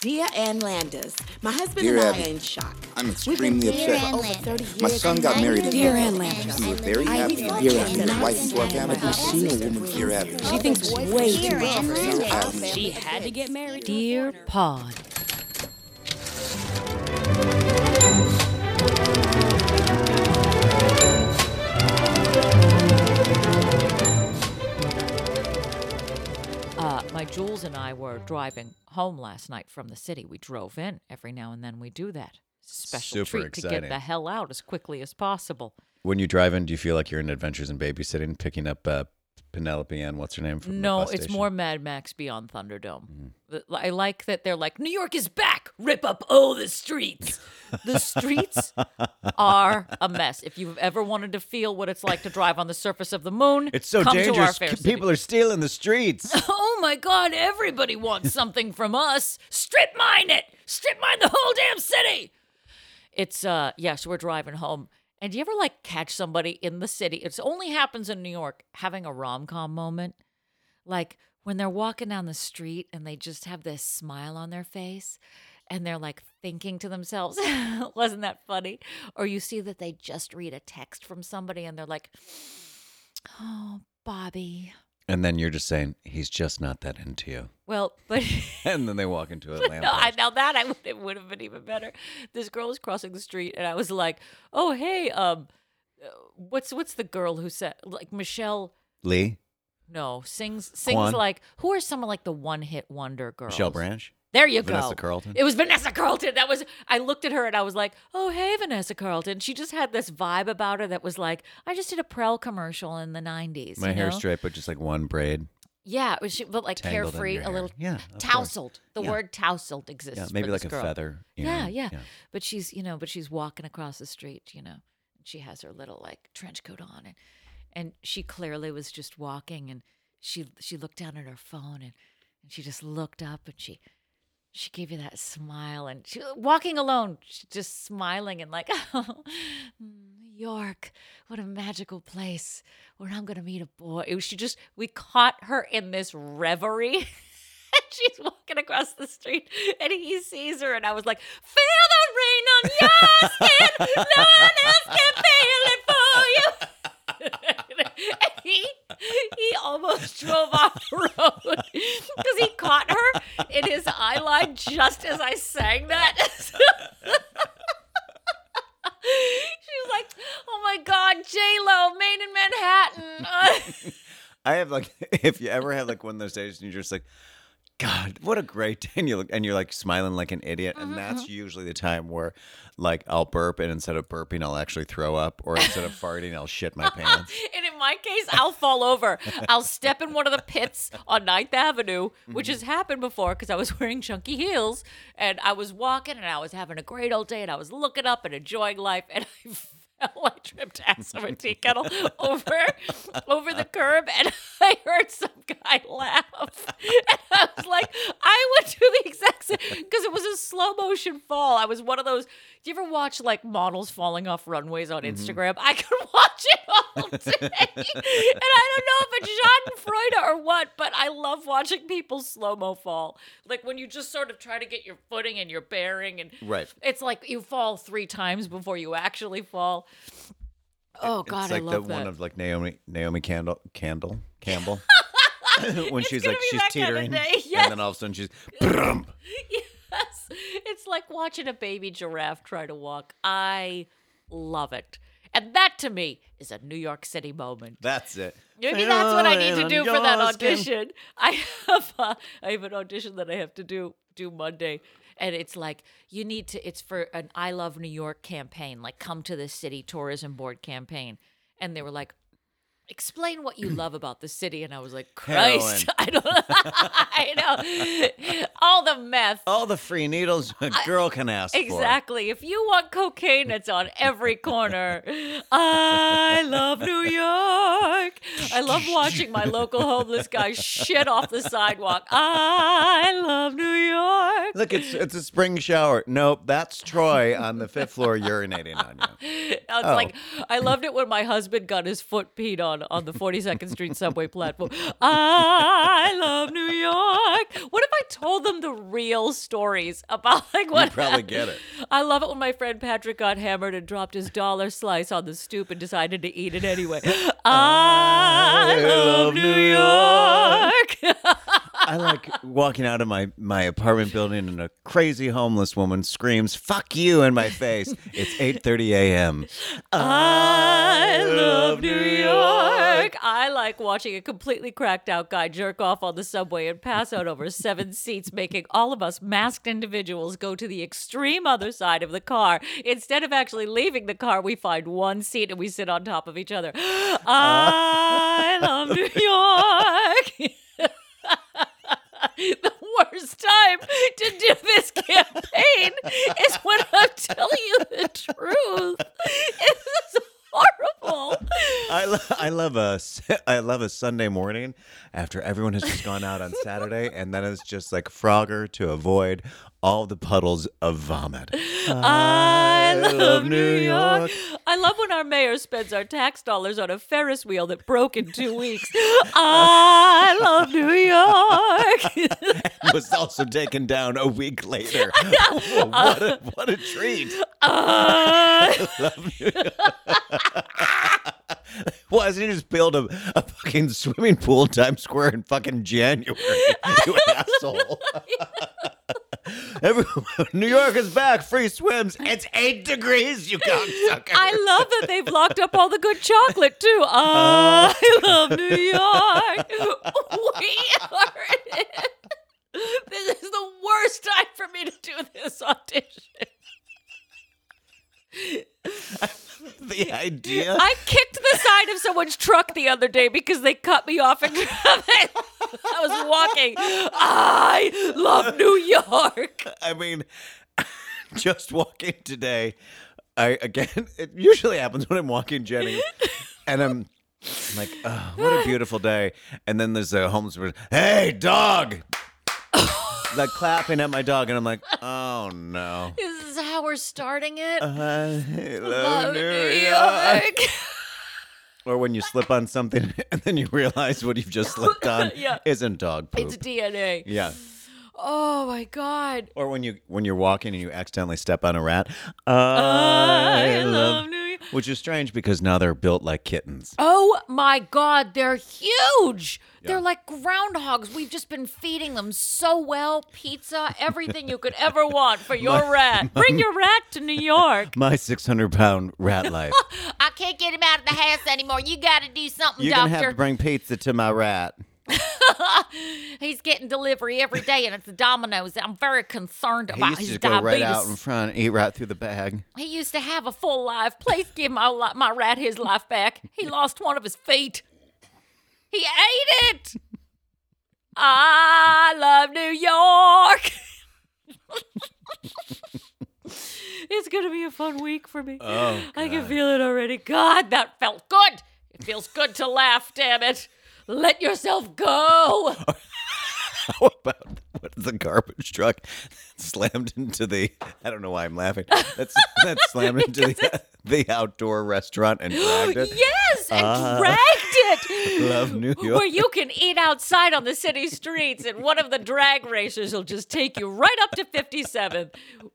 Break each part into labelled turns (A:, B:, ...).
A: Dear Ann Landis, my husband
B: Dear
A: and I
B: Abby,
A: are in shock.
B: I'm
A: We've been
B: extremely
A: together
B: upset.
A: for over 30 years.
B: My son got married
A: and-
B: in
C: Dear Ann Landis.
B: We were very happy and
A: Dear
B: attracted
A: Ann
B: his wife into our family.
A: Landis. I've
B: seen a woman. Dear Abby.
C: She thinks way too much of herself.
B: Abby.
D: She had to get married.
C: Dear Pod.
E: Uh, my Jules and I were driving home last night from the city. We drove in. Every now and then we do that. Special
F: Super
E: treat to
F: exciting.
E: get the hell out as quickly as possible.
F: When you drive in, do you feel like you're in Adventures in Babysitting, picking up uh, Penelope and what's her name from the Mm-hmm.
E: no,
F: bus
E: it's
F: station?
E: more Mad Max Beyond Thunderdome. Th- I like that they're like, New York is back. Rip up all the streets. The streets are a mess. If you've ever wanted to feel what it's like to drive on the surface of the moon,
F: It's so
E: come To our
F: dangerous.
E: fair
F: K-
E: city.
F: People are stealing the streets.
E: Oh my God, everybody wants something from us. Strip mine it. Strip mine the whole damn city. It's, uh, yeah, so we're driving home. And do you ever like catch somebody in the city? It only happens in New York having a rom com moment. Like when they're walking down the street and they just have this smile on their face and they're like thinking to themselves, wasn't that funny? Or you see that they just read a text from somebody and they're like, oh, Bobby.
F: and then you're just saying, he's just not that into you.
E: Well, but.
F: And then they walk into a
E: But
F: lamp.
E: no, I, now that I would, it would have been even better. This girl was crossing the street, and I was like, "Oh, hey, um, uh, what's what's the girl who said like Michelle?
F: Lee,
E: No, sings sings
F: Kwan?
E: like who are some of like the one hit wonder girls?
F: Michelle Branch.
E: There you go.
F: Vanessa Carlton?
E: It was Vanessa Carlton. That was. I looked at her and I was like, "Oh, hey, Vanessa Carlton." She just had this vibe about her that was like, "I just did a Prel commercial in the '90s."
F: My
E: you
F: hair
E: know?
F: straight, but just like one braid.
E: Yeah, it was she, but like
F: Tangled under
E: carefree,
F: your
E: a
F: hair.
E: little
F: Yeah, of course.
E: tousled. The
F: Yeah.
E: word tousled exists.
F: Yeah,
E: for
F: maybe
E: this
F: like a
E: girl.
F: feather. you
E: yeah,
F: know,
E: yeah, But she's, you know, but she's walking across the street, you know, and she has her little like trench coat on, and and she clearly was just walking, and she she looked down at her phone, and, and she just looked up, and she she gave you that smile, and she walking alone, she just smiling and like, oh, New York, what a magical place where I'm gonna meet a boy. It was, she just we caught her in this reverie. And she's walking across the street and he sees her and I was like, Feel the rain on your skin. No one else can feel it for you. and he he almost drove off the road because he caught her in his eye line just as I sang that. she was like, "Oh my God, J Lo, made in Manhattan."
F: I have like, if you ever have like one of those days and you're just like, God, what a great day. And you look and you're like smiling like an idiot.
E: Mm-hmm,
F: And that's usually the time where like I'll burp and instead of burping, I'll actually throw up or instead of farting, I'll shit my pants.
E: And in my case, I'll fall over. I'll step in one of the pits on Ninth Avenue, which has happened before because I was wearing chunky heels and I was walking and I was having a great old day and I was looking up and enjoying life and I fell. I tripped ass over a tea kettle over over the curb and I heard some guy laugh. And I was like, I went to the exact same because it was a slow motion fall. I was one of those. Do you ever watch like models falling off runways
F: Mm-hmm.
E: on Instagram? I could watch it all day. and I don't know if it's Schadenfreude or what, but I love watching people slow mo fall. Like when you just sort of try to get your footing and your bearing, and
F: Right.
E: it's like you fall three times before you actually fall. Oh God,
F: it's like
E: I love
F: the
E: that.
F: one of like Naomi Naomi Candle Candle Campbell. when she's
E: gonna
F: like
E: be
F: she's
E: that kinda
F: teetering,
E: day, yes.
F: and then all of a sudden she's "Brump."
E: yes. It's like watching a baby giraffe try to walk. I love it. And that to me is a New York City moment.
F: That's it.
E: Maybe that's what I need to
F: And
E: do for that
F: your skin-
E: audition. I have uh, I have an audition that I have to do do Monday, and it's like you need to. It's for an I Love New York campaign, like come to the city tourism board campaign, and they were like. Explain what you love about the city, and I was like, "Christ, I don't, I know, all the meth,
F: All the free needles a girl can ask for.
E: Exactly. If you want cocaine, it's on every corner. I love New York. I love watching my local homeless guy shit off the sidewalk. I love New York. shower.
F: Look, it's it's a spring shower. Nope, that's Troy on the fifth floor urinating on you.
E: I was like,
F: Oh.
E: I loved it when my husband got his foot peed on on the 42nd Street subway platform. I love New York. What if I told them the real stories about like what?
F: You probably get it.
E: I love it when my friend Patrick got hammered and dropped his dollar slice on the stoop and decided to eat it anyway. I love
F: love
E: New
F: New
E: York.
F: I like walking out of my my apartment building and a crazy homeless woman screams "fuck you" in my face. It's eight thirty a.m.
E: I love
F: love
E: New
F: New
E: York. I like watching a completely cracked out guy jerk off on the subway and pass out over seven seats, making all of us masked individuals go to the extreme other side of the car. Instead of actually leaving the car, we find one seat and we sit on top of each other. I love New York. the worst time to do this campaign is when I'm telling you the truth. This is horrible.
F: I, lo- I love a s- I love a Sunday morning after everyone has just gone out on Saturday, and then it's just like Frogger to avoid all the puddles of vomit.
E: I
F: I
E: love New York. I love when our mayor spends our tax dollars on a Ferris wheel that broke in two weeks. I love New York.
F: was also taken down a week later. what, a, what a treat!
E: I
F: Why doesn't he just build a, a fucking swimming pool in Times Square in fucking January? You asshole. Everyone, New York is back. Free swims. It's eight degrees, you cocksucker.
E: I love that they've locked up all the good chocolate too. I love New York. We are in it. This is the worst time for me to do this audition.
F: the idea.
E: I kicked the side of someone's truck the other day because they cut me off in traffic. I was walking. I love New York.
F: I mean, just walking today. I again, it usually happens when I'm walking Jenny, and I'm, I'm like, oh, what a beautiful day. And then there's a homeless person. Hey, dog! like clapping at my dog, and I'm like, oh no.
E: This is how we're starting it.
F: I love
E: love
F: New
E: Uh, oh, New
F: York.
E: York.
F: Or when you slip on something and then you realize what you've just slipped on
E: Yeah.
F: isn't dog poop.
E: It's DNA.
F: yeah.
E: Oh my God.
F: Or when you when you're walking and you accidentally step on a rat.
E: I love New York.
F: Which is strange because now they're built like kittens.
E: Oh my God, they're huge. They're
F: Yeah.
E: like groundhogs. We've just been feeding them so well pizza, everything you could ever want for your rat. Bring your rat to New York.
F: My 600 pound rat life.
G: I can't get him out of the house anymore. You got to do something,
F: You're going to have
G: doctor.
F: to bring pizza to my rat.
G: He's getting delivery every day, and it's the Domino's. I'm very concerned
F: He
G: about
F: used
G: his
F: to go
G: diabetes.
F: right out in front and eat right through the bag.
G: he used to have a full life. Please give my li- my rat his life back. He lost one of his feet.
E: He ate it. I love New York. it's going to be a fun week for me. I can feel it already. God, that felt good. It feels good to laugh, damn it. Let yourself go.
F: How about what, the garbage truck slammed into the? I don't know why I'm laughing. That's that slammed into the, the outdoor restaurant and dragged it.
E: Yes, and
F: Ah.
E: dragged it.
F: Love New
E: Where
F: York.
E: you can eat outside on the city streets, and one of the drag racers will just take you right up to 57th.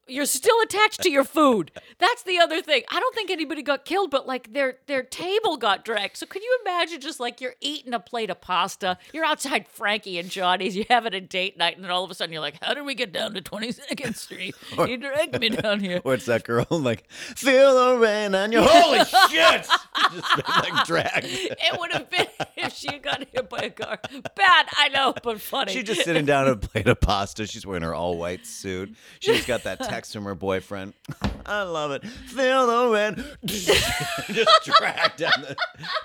E: You're still attached to your food. That's the other thing. I don't think anybody got killed, but like their their table got dragged. So could you imagine just like you're eating a plate of pasta, you're outside Frankie and Johnny's, you're having a date night, and then all of a sudden you're like, how did we get down to 22nd Street? You dragged me down here.
F: What's that girl like? Feel the rain on your holy shit! Just like dragged.
E: It would have been if she had got hit by a car. Bad, I know, but funny.
F: She's just sitting down at a plate of pasta. She's wearing her all white suit. She's got that text from her boyfriend. I love it. Feel the rain. just dragged down the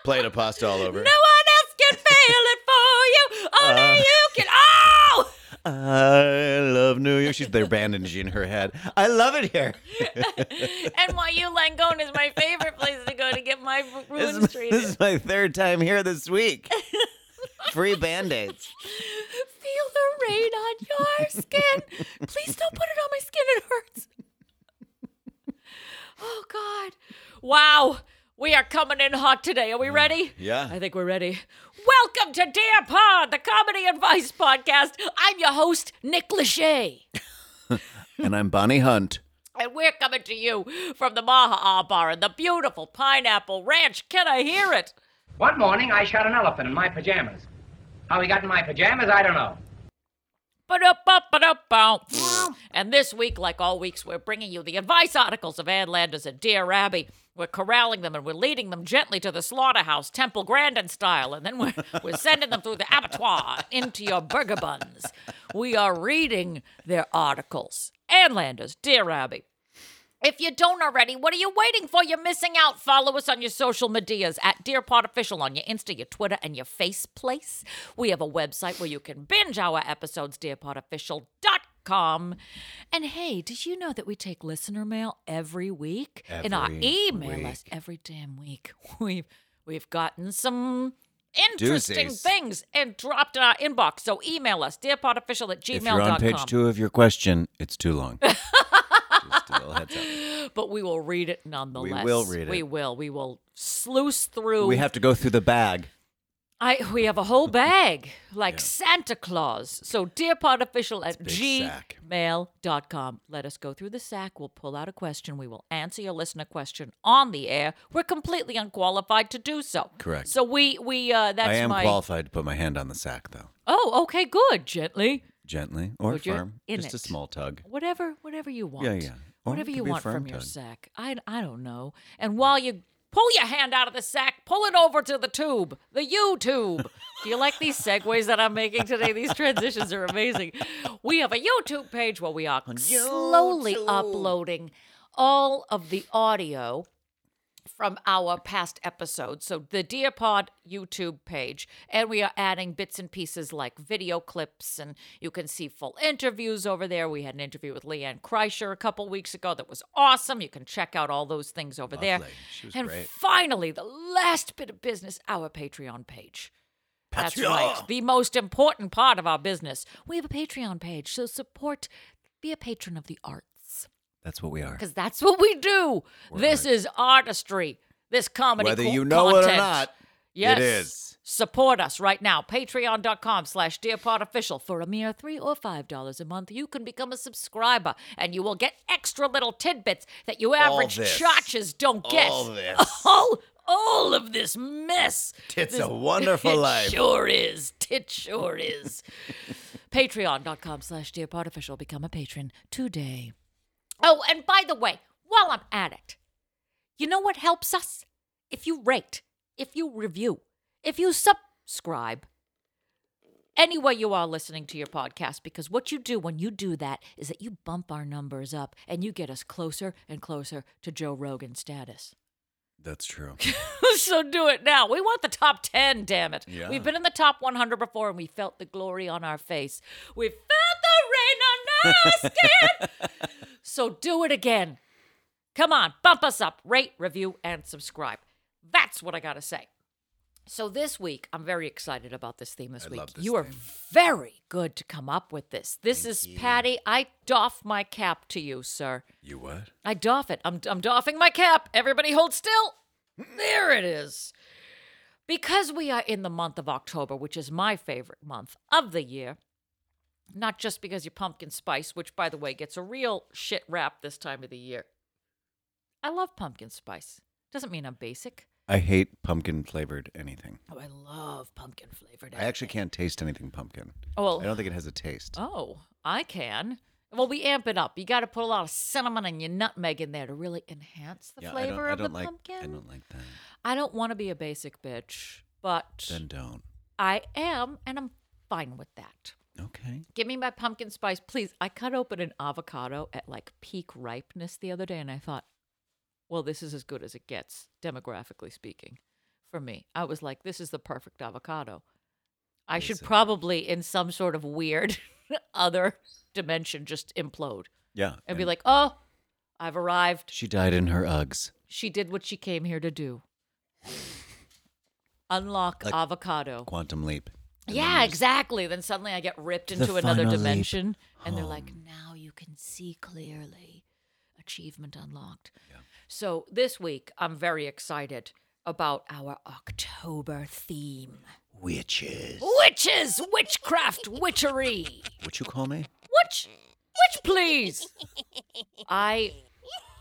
F: plate of pasta all over.
E: No one else can feel it for you. Only
F: Uh.
E: you can. Oh!
F: I love New York. She's there bandaging her head. I love it here.
E: NYU Langone is my favorite place to go to get my ru-
F: This
E: ruins
F: is, my, this
E: treated.
F: is my third time here this week. Free band-aids.
E: Feel the green on your skin. Please don't put it on my skin. It hurts. Oh, God. Wow. We are coming in hot today. Are we ready?
F: Mm. Yeah.
E: I think we're ready. Welcome to Dear Pod, the comedy advice podcast. I'm your host, Nick Lachey.
F: And I'm Bonnie Hunt.
E: And we're coming to you from the Maha Bar and the beautiful Pineapple Ranch. Can I hear it?
H: One morning, I shot an elephant in my pajamas. How he got in my pajamas, I don't know.
E: Ba-da-ba-ba-da-bow. And this week, like all weeks, we're bringing you the advice articles of Ann Landers and Dear Abby. We're corralling them and we're leading them gently to the slaughterhouse, Temple Grandin style, and then we're, we're sending them through the abattoir into your burger buns. We are reading their articles. Ann Landers, Dear Abby. If you don't already, what are you waiting for? You're missing out. Follow us on your social medias at Dear Pod Official on your Insta, your Twitter, and your Face Place. We have a website where you can binge our episodes, dearpodofficial.com. And hey, did you know that we take listener mail every week in our
F: Every
E: email
F: week.
E: list every damn week? We've we've gotten some interesting
F: Doozies.
E: things and dropped in our inbox. So email us, dearpodofficial at gmail.com.
F: If you're on page two of your question, it's too long. Just a little heads up.
E: but we will read it nonetheless.
F: will read it.
E: We will. We will sluice through.
F: We have to go through the bag.
E: I we have a whole bag like Santa Claus. So dearpodofficial at
F: big sack.
E: gmail.com. Let us go through the sack. We'll pull out a question. We will answer your listener question on the air. We're completely unqualified to do so.
F: Correct.
E: So we we uh that's
F: I am
E: my
F: qualified to put my hand on the sack, though,
E: Oh, okay, good. Gently.
F: gently or
E: Would you?
F: firm,
E: In
F: just a
E: it.
F: small tug.
E: whatever whatever you want.
F: yeah. Or it
E: Whatever
F: could
E: you
F: be a
E: want
F: firm
E: from your
F: tug.
E: sack. I I don't know. And while you pull your hand out of the sack, pull it over to the tube, the YouTube. Do you like these segues that I'm making today? These transitions are amazing. We have a YouTube page where we are slowly uploading all of the audio from our past episodes. So the Dear Pod YouTube page, and we are adding bits and pieces like video clips, and you can see full interviews over there. We had an interview with Leanne Kreischer a couple weeks ago that was awesome. You can check out all those things over there.
F: Lovely. She was
E: and
F: great.
E: finally, the last bit of business, our Patreon page. That's right. The most important part of our business. We have a Patreon page, so support, be a patron of the arts.
F: That's what we are.
E: Because that's what we do. this is artistry. This comedy.
F: Whether
E: co-
F: you know it or
E: content.
F: not, it
E: yes.
F: is.
E: Support us right now. Patreon.com slash DearPodOfficial. For a mere three or five dollars a month, you can become a subscriber and you will get extra little tidbits that you average
F: this.
E: chotches don't get.
F: All this.
E: All, all of this mess.
F: It's
E: This-
F: a wonderful
E: it
F: life.
E: sure is. It sure is. Patreon.com slash DearPodOfficial. Become a patron today. Oh, and by the way, while I'm at it, you know what helps us? If you rate, if you review, if you subscribe, anywhere you are listening to your podcast, because what you do when you do that is that you bump our numbers up and you get us closer and closer to Joe Rogan status.
F: That's true.
E: so do it now. We want the top 10, damn it.
F: Yeah.
E: We've been in the top 100 before and we felt the glory on our face. We felt the rain on our skin. so do it again. Come on, bump us up, rate, review, and subscribe. That's what I got to say. So this week, I'm very excited about this theme this
F: I
E: week.
F: love this
E: you are
F: theme.
E: very good to come up with this. This is Patty. I doff my cap to you, sir.
F: You what?
E: I doff it. I'm I'm doffing my cap. Everybody hold still. There it is. Because we are in the month of October, which is my favorite month of the year, not just because your pumpkin spice, which by the way gets a real shit rap this time of the year. I love pumpkin spice. Doesn't mean I'm basic.
F: I hate pumpkin flavored anything.
E: Oh, I love pumpkin flavored.
F: I actually can't taste anything pumpkin.
E: Oh, well,
F: I don't think it has a taste.
E: Oh, I can. Well, we amp it up. You got to put a lot of cinnamon and your nutmeg in there to really enhance the
F: Yeah, I don't-
E: flavor
F: I
E: of
F: don't
E: the
F: like,
E: pumpkin.
F: I don't like that.
E: I don't want to be a basic bitch, but
F: Then don't.
E: I am, and I'm fine with that.
F: Okay.
E: Give me my pumpkin spice, please. I cut open an avocado at like peak ripeness the other day, and I thought, well, this is as good as it gets, demographically speaking, for me. I was like, this is the perfect avocado. I should
F: Listen.
E: probably, in some sort of weird other dimension, just implode
F: Yeah.
E: and be like, oh, I've arrived.
F: she died in her Uggs.
E: She did what she came here to do unlock
F: Like-
E: avocado.
F: Quantum leap.
E: Yeah, exactly. Then suddenly I get ripped into another
F: final leap
E: dimension, and they're like,
F: Oh.
E: now you can see clearly. Achievement unlocked. So this week, I'm very excited about our October theme
F: Witches.
E: witches, witchcraft, witchery.
F: What you call me?
E: Witch, witch, please. I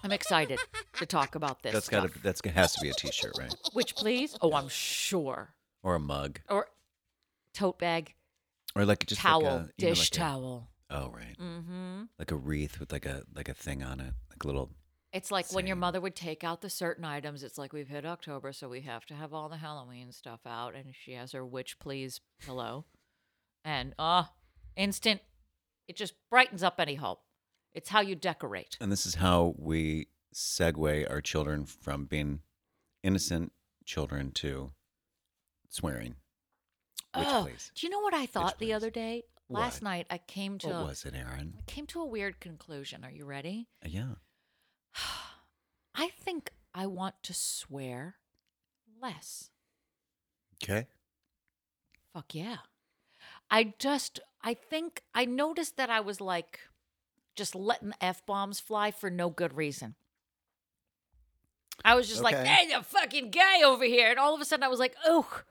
E: am excited to talk about this.
F: That's
E: stuff.
F: gotta. That's has to be a T-shirt, right?
E: Witch, please. Oh, I'm sure.
F: Or a mug,
E: Or tote bag,
F: or like just
E: towel,
F: like a, you know,
E: dish
F: like a-
E: towel.
F: Oh right,
E: Mm-hmm.
F: like a wreath with like a like a thing on it, like a little.
E: It's like when your
F: Same.
E: mother would take out the certain items. It's like we've hit October, so we have to have all the Halloween stuff out. And she has her witch please pillow, and uh instant. It just brightens up any home. It's how you decorate.
F: And this is how we segue our children from being innocent children to swearing. Which
E: oh,
F: place?
E: do you know what I thought the
F: please?
E: other day? Last
F: What?
E: night I came to
F: What was it, Aaron?
E: I came to a weird conclusion. Are you ready?
F: Uh, Yeah.
E: I think I want to swear less.
F: Okay.
E: Fuck yeah. I just, I think I noticed that I was like just letting F bombs fly for no good reason. I was just like,
F: Okay.
E: hey, the fucking guy over here. And all of a sudden I was like, oh,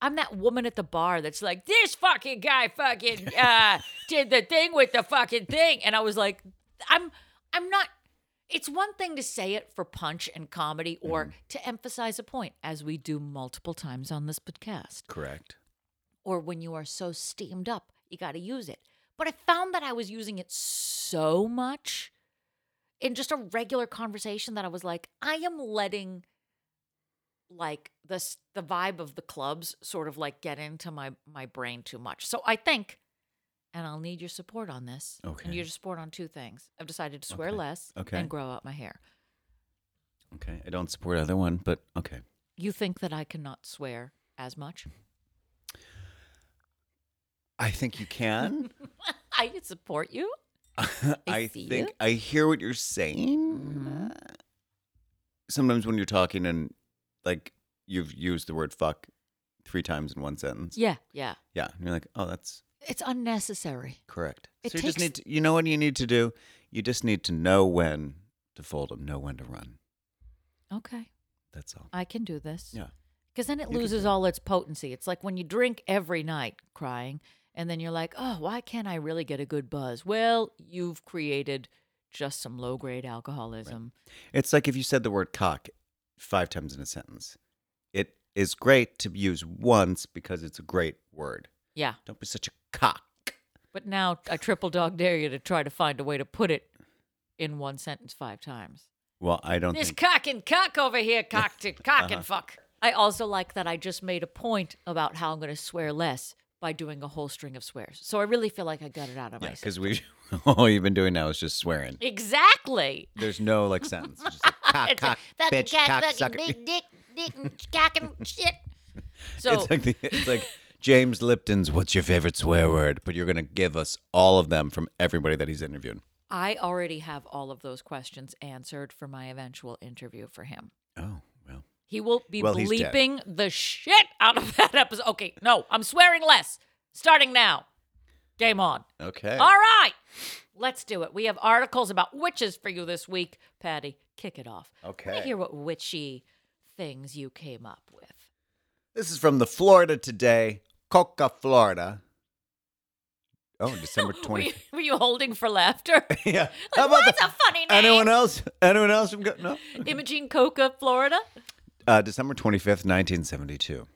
E: I'm that woman at the bar that's like, this fucking guy fucking uh, did the thing with the fucking thing. And I was like, I'm, I'm not. It's one thing to say it for punch and comedy or to emphasize a point, as we do multiple times on this podcast
F: Correct.
E: or when you are so steamed up, you got to use it. But I found that I was using it so much in just a regular conversation that I was like, I am letting like the s- the vibe of the clubs sort of like get into my my brain too much. So I think and I'll need your support on this. I
F: Okay.
E: need your support on two things. I've decided to swear
F: Okay.
E: less
F: Okay.
E: and grow out my hair.
F: Okay. I don't support either one, but okay.
E: You think that I cannot swear as much?
F: I think you can.
E: I support you.
F: I
E: see Mm-hmm. you.
F: think I hear what you're saying. Sometimes when you're talking and like you've used the word fuck three times in one sentence.
E: Yeah, yeah.
F: Yeah. And you're like, oh, that's
E: It's unnecessary.
F: correct.
E: It
F: so you just
E: takes-
F: need to, you know what you need to do? You just need to know when to fold them, know when to run.
E: Okay.
F: That's all.
E: I can do this.
F: Yeah.
E: Because then it
F: You can
E: loses
F: do it.
E: all its potency. It's like when you drink every night crying, and then you're like, oh, why can't I really get a good buzz? Well, you've created just some low grade alcoholism.
F: It's like if you said the word cock five times in a sentence. It is great to use once because it's a great word.
E: Yeah.
F: Don't be such a cock.
E: But now I triple dog dare you to try to find a way to put it in one sentence five times.
F: Well, I don't
E: This
F: think
E: cock and cock over here, cocked it, cock
F: Uh-huh.
E: and fuck. I also like that I just made a point about how I'm going to swear less by doing a whole string of swears. So I really feel like I got it out of my
F: Yeah,
E: system.
F: because we all you've been doing now is just swearing.
E: Exactly.
F: There's no like sentence. It's just like, cock,
E: It's a-
F: cock,
I: That
F: bitch,
I: cat
F: cock,
I: fucking
F: sucker.
I: big dick, dick, and cock and shit.
E: So
F: It's like the, it's like James Lipton's "What's your favorite swear word?" But you're gonna give us all of them from everybody that he's interviewed.
E: I already have all of those questions answered for my eventual interview for him.
F: Oh well,
E: He will be
F: Well, he's dead.
E: bleeping the shit out of that episode. Okay, no, I'm swearing less. Starting now. Game on.
F: okay.
E: All right. Let's do it. We have articles about witches for you this week. Patty, kick it off. I want
F: Okay.
E: to hear what witchy things you came up with.
F: This is from the Florida Today, Coca, Florida. Oh, December
E: Were you,
F: twenty.
E: were you holding for laughter?
F: yeah.
E: That's a funny name.
F: Anyone else? Anyone else from Go- no?
E: Imogene Coca, Florida.
F: Uh, December twenty fifth, nineteen seventy
E: Mm-hmm.
F: two.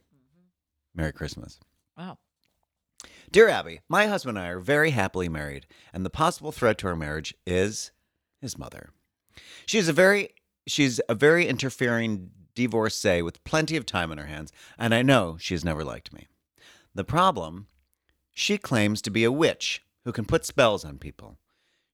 F: Merry Christmas.
E: Wow.
F: Dear Abby, my husband and I are very happily married, and the possible threat to our marriage is his mother. She's a very she's a very interfering divorcee with plenty of time on her hands, and I know she has never liked me. The problem, she claims to be a witch who can put spells on people.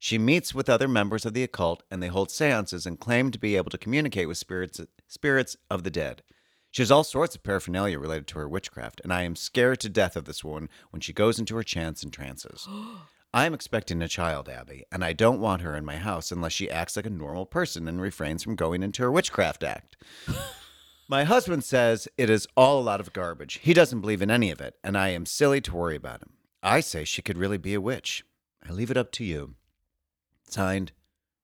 F: She meets with other members of the occult and they hold seances and claim to be able to communicate with spirits spirits of the dead. She has all sorts of paraphernalia related to her witchcraft, and I am scared to death of this woman when she goes into her chants and trances. I am expecting a child, Abby, and I don't want her in my house unless she acts like a normal person and refrains from going into her witchcraft act. My husband says it is all a lot of garbage. He doesn't believe in any of it, and I am silly to worry about him. I say she could really be a witch. I leave it up to you. Signed,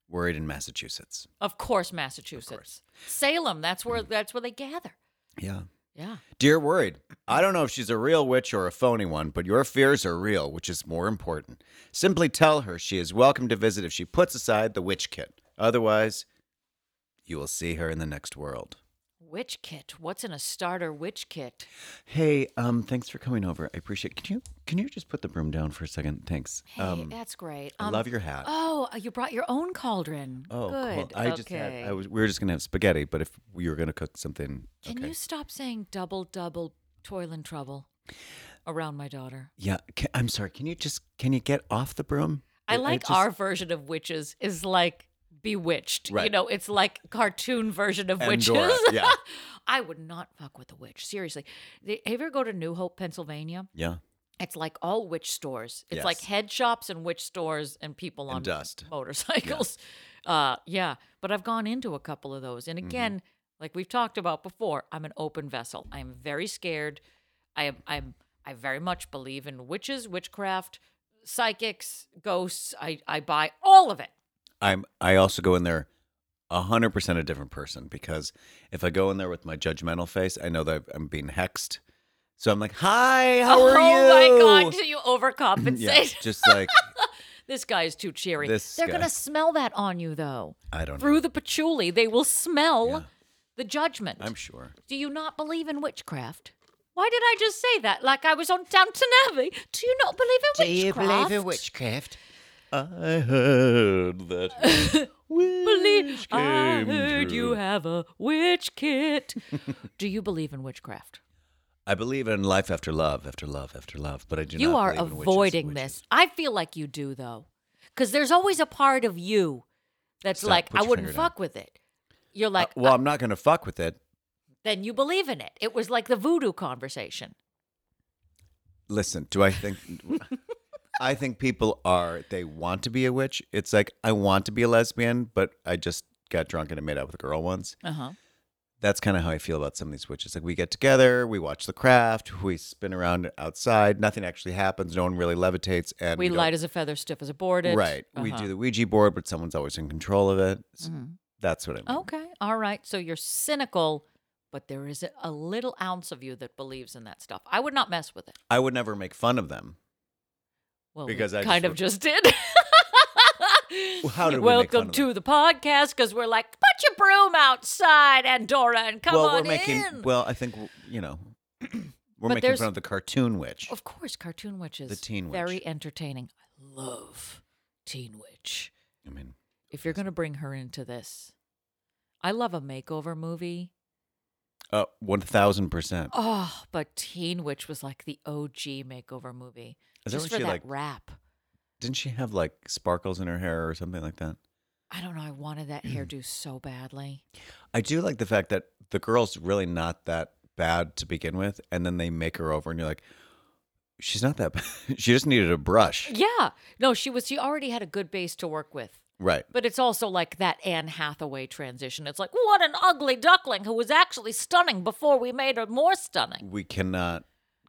F: worried in Massachusetts.
E: Of course, Massachusetts. Salem, that's where that's where they gather.
F: Yeah.
E: Yeah.
F: Dear worried, I don't know if she's a real witch or a phony one, but your fears are real, which is more important. Simply tell her she is welcome to visit if she puts aside the witch kit. Otherwise, you will see her in the next world.
E: Witch kit. What's in a starter witch kit?
F: Hey, um, thanks for coming over. I appreciate. Can you can you just put the broom down for a second? Thanks.
E: Hey,
F: um,
E: that's great.
F: I love your hat.
E: Oh, you brought your own cauldron.
F: oh,
E: Good.
F: cool. I
E: okay.
F: just had, I was we were just gonna have spaghetti, but if we were gonna cook something,
E: Can
F: okay.
E: you stop saying double, double, toil and trouble around my daughter?
F: Yeah, ca I'm sorry. Can you just can you get off the broom?
E: I like
F: just-
E: our version of witches is like bewitched. You
F: Right.
E: know, it's like cartoon version of
F: Andorra,
E: witches.
F: yeah.
E: I would not fuck with a witch. Seriously. They, ever go to New Hope, Pennsylvania?
F: Yeah.
E: It's like all witch stores. It's like
F: Yes.
E: head shops and witch stores and people
F: And
E: on
F: dust.
E: motorcycles. Uh, yeah. But I've gone into a couple of those. And again,
F: Mm-hmm.
E: like we've talked about before, I'm an open vessel. I am very scared. I am I'm I very much believe in witches, witchcraft, psychics, ghosts. I, I buy all of it.
F: I'm I also go in there a hundred percent a different person because if I go in there with my judgmental face, I know that I'm being hexed. So I'm like, hi, how
E: oh
F: are you?
E: my god, so you overcompensate.
F: Yeah, just like
E: This guy is too cheery.
F: This
E: They're
F: guy.
E: gonna smell that on you though.
F: I don't know.
E: Through the patchouli, they will smell
F: Yeah.
E: the judgment.
F: I'm sure.
E: Do you not believe in witchcraft? Why did I just say that? Like I was on Downton Abbey. Do you not believe in witchcraft?
F: witchcraft? I heard that.
E: Believe-
F: Believe
E: I heard you have a witch kit. Do you believe in witchcraft?
F: I believe in life after love, after love, after love, but I do
E: You
F: not
E: are
F: believe in witches,
E: avoiding
F: witches.
E: this. I feel like you do though, because there's always a part of you that's
F: Stop.
E: like,
F: Put
E: I
F: your
E: wouldn't
F: finger down.
E: fuck with it. You're
F: Uh,
E: like,
F: well, I'm not going to fuck with it.
E: then you believe in it. It was like the voodoo conversation.
F: Listen, do I think I think people are they want to be a witch. It's like I want to be a lesbian, but I just got drunk and I made out with a girl once.
E: Uh huh.
F: That's kind of how I feel about some of these witches. Like we get together, we watch the craft, we spin around outside, nothing actually happens, no one really levitates and
E: We
F: don't-
E: light as a feather, stiff as a board. it.
F: Right. We
E: Uh-huh. Mm-hmm.
F: do the Ouija board, but someone's always in control of it. S- That's what I mean.
E: Okay. All right. So you're cynical, but there is a- a little ounce of you that believes in that stuff. I would not mess with it.
F: I would never make fun of them.
E: Well,
F: Because
E: we
F: I just
E: kind of
F: would-
E: just did.
F: Well, how did we make fun
E: Welcome
F: of
E: to the podcast because we're like, put your broom outside, Andorra, and come
F: well,
E: on
F: we're making.
E: in.
F: Well, I think w- you know, we're
E: But
F: making
E: there's- Oh.
F: fun of the cartoon witch.
E: of course, cartoon witches.
F: The teen witch.
E: Very entertaining. I love teen witch.
F: I mean,
E: If you're going to bring her into this, I love a makeover movie.
F: uh, one thousand percent.
E: Oh, but Teen Witch was like the OG makeover movie.
F: Is that
E: Just
F: when
E: for
F: she,
E: that
F: like-
E: rap.
F: Didn't she have like sparkles in her hair or something like that?
E: I don't know. I wanted that hairdo so badly.
F: I do like the fact that the girl's really not that bad to begin with, and then they make her over, and you're like, she's not that. bad. she just needed a brush,
E: Yeah. No, she was. She already had a good base to work with.
F: right?
E: But it's also like that Anne Hathaway transition. It's like, what an ugly duckling who was actually stunning before we made her more stunning.
F: We cannot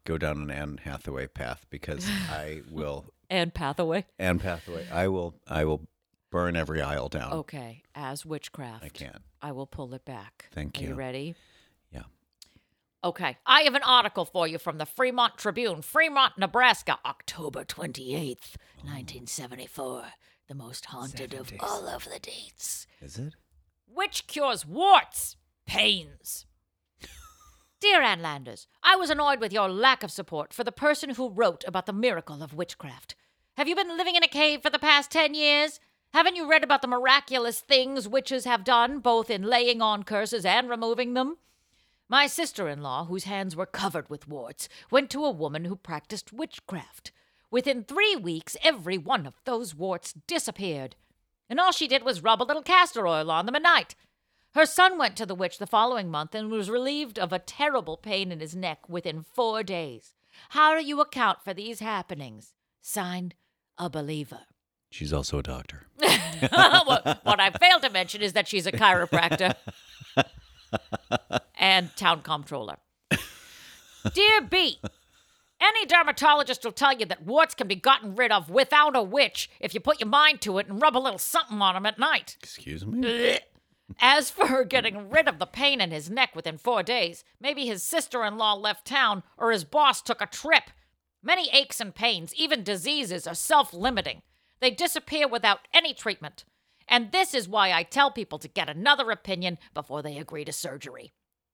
F: go down an Anne Hathaway path because I will
E: Anne Hathaway.
F: Anne Hathaway. I will. I will burn every aisle down.
E: Okay, as witchcraft.
F: I can't.
E: I will pull it back.
F: Thank
E: Are you
F: you.
E: ready?
F: Yeah.
E: Okay. I have an article for you from the Fremont Tribune, Fremont, Nebraska, October 28th, 1974. The most haunted of all of the dates.
F: Is it?
E: Which cures warts? Pains. Dear Ann Landers, I was annoyed with your lack of support for the person who wrote about the miracle of witchcraft. Have you been living in a cave for the past ten years? Haven't you read about the miraculous things witches have done, both in laying on curses and removing them? My sister in law, whose hands were covered with warts, went to a woman who practiced witchcraft. Within three weeks, every one of those warts disappeared, and all she did was rub a little castor oil on them at night. Her son went to the witch the following month and was relieved of a terrible pain in his neck within four days. How do you account for these happenings? Signed, a believer.
F: She's also a doctor.
E: what, what I failed to mention is that she's a chiropractor. and town comptroller. Dear B, any dermatologist will tell you that warts can be gotten rid of without a witch if you put your mind to it and rub a little something on them at night.
F: Excuse me.
E: As for getting rid of the pain in his neck within four days, maybe his sister in law left town or his boss took a trip. Many aches and pains, even diseases, are self limiting. They disappear without any treatment. And this is why I tell people to get another opinion before they agree to surgery.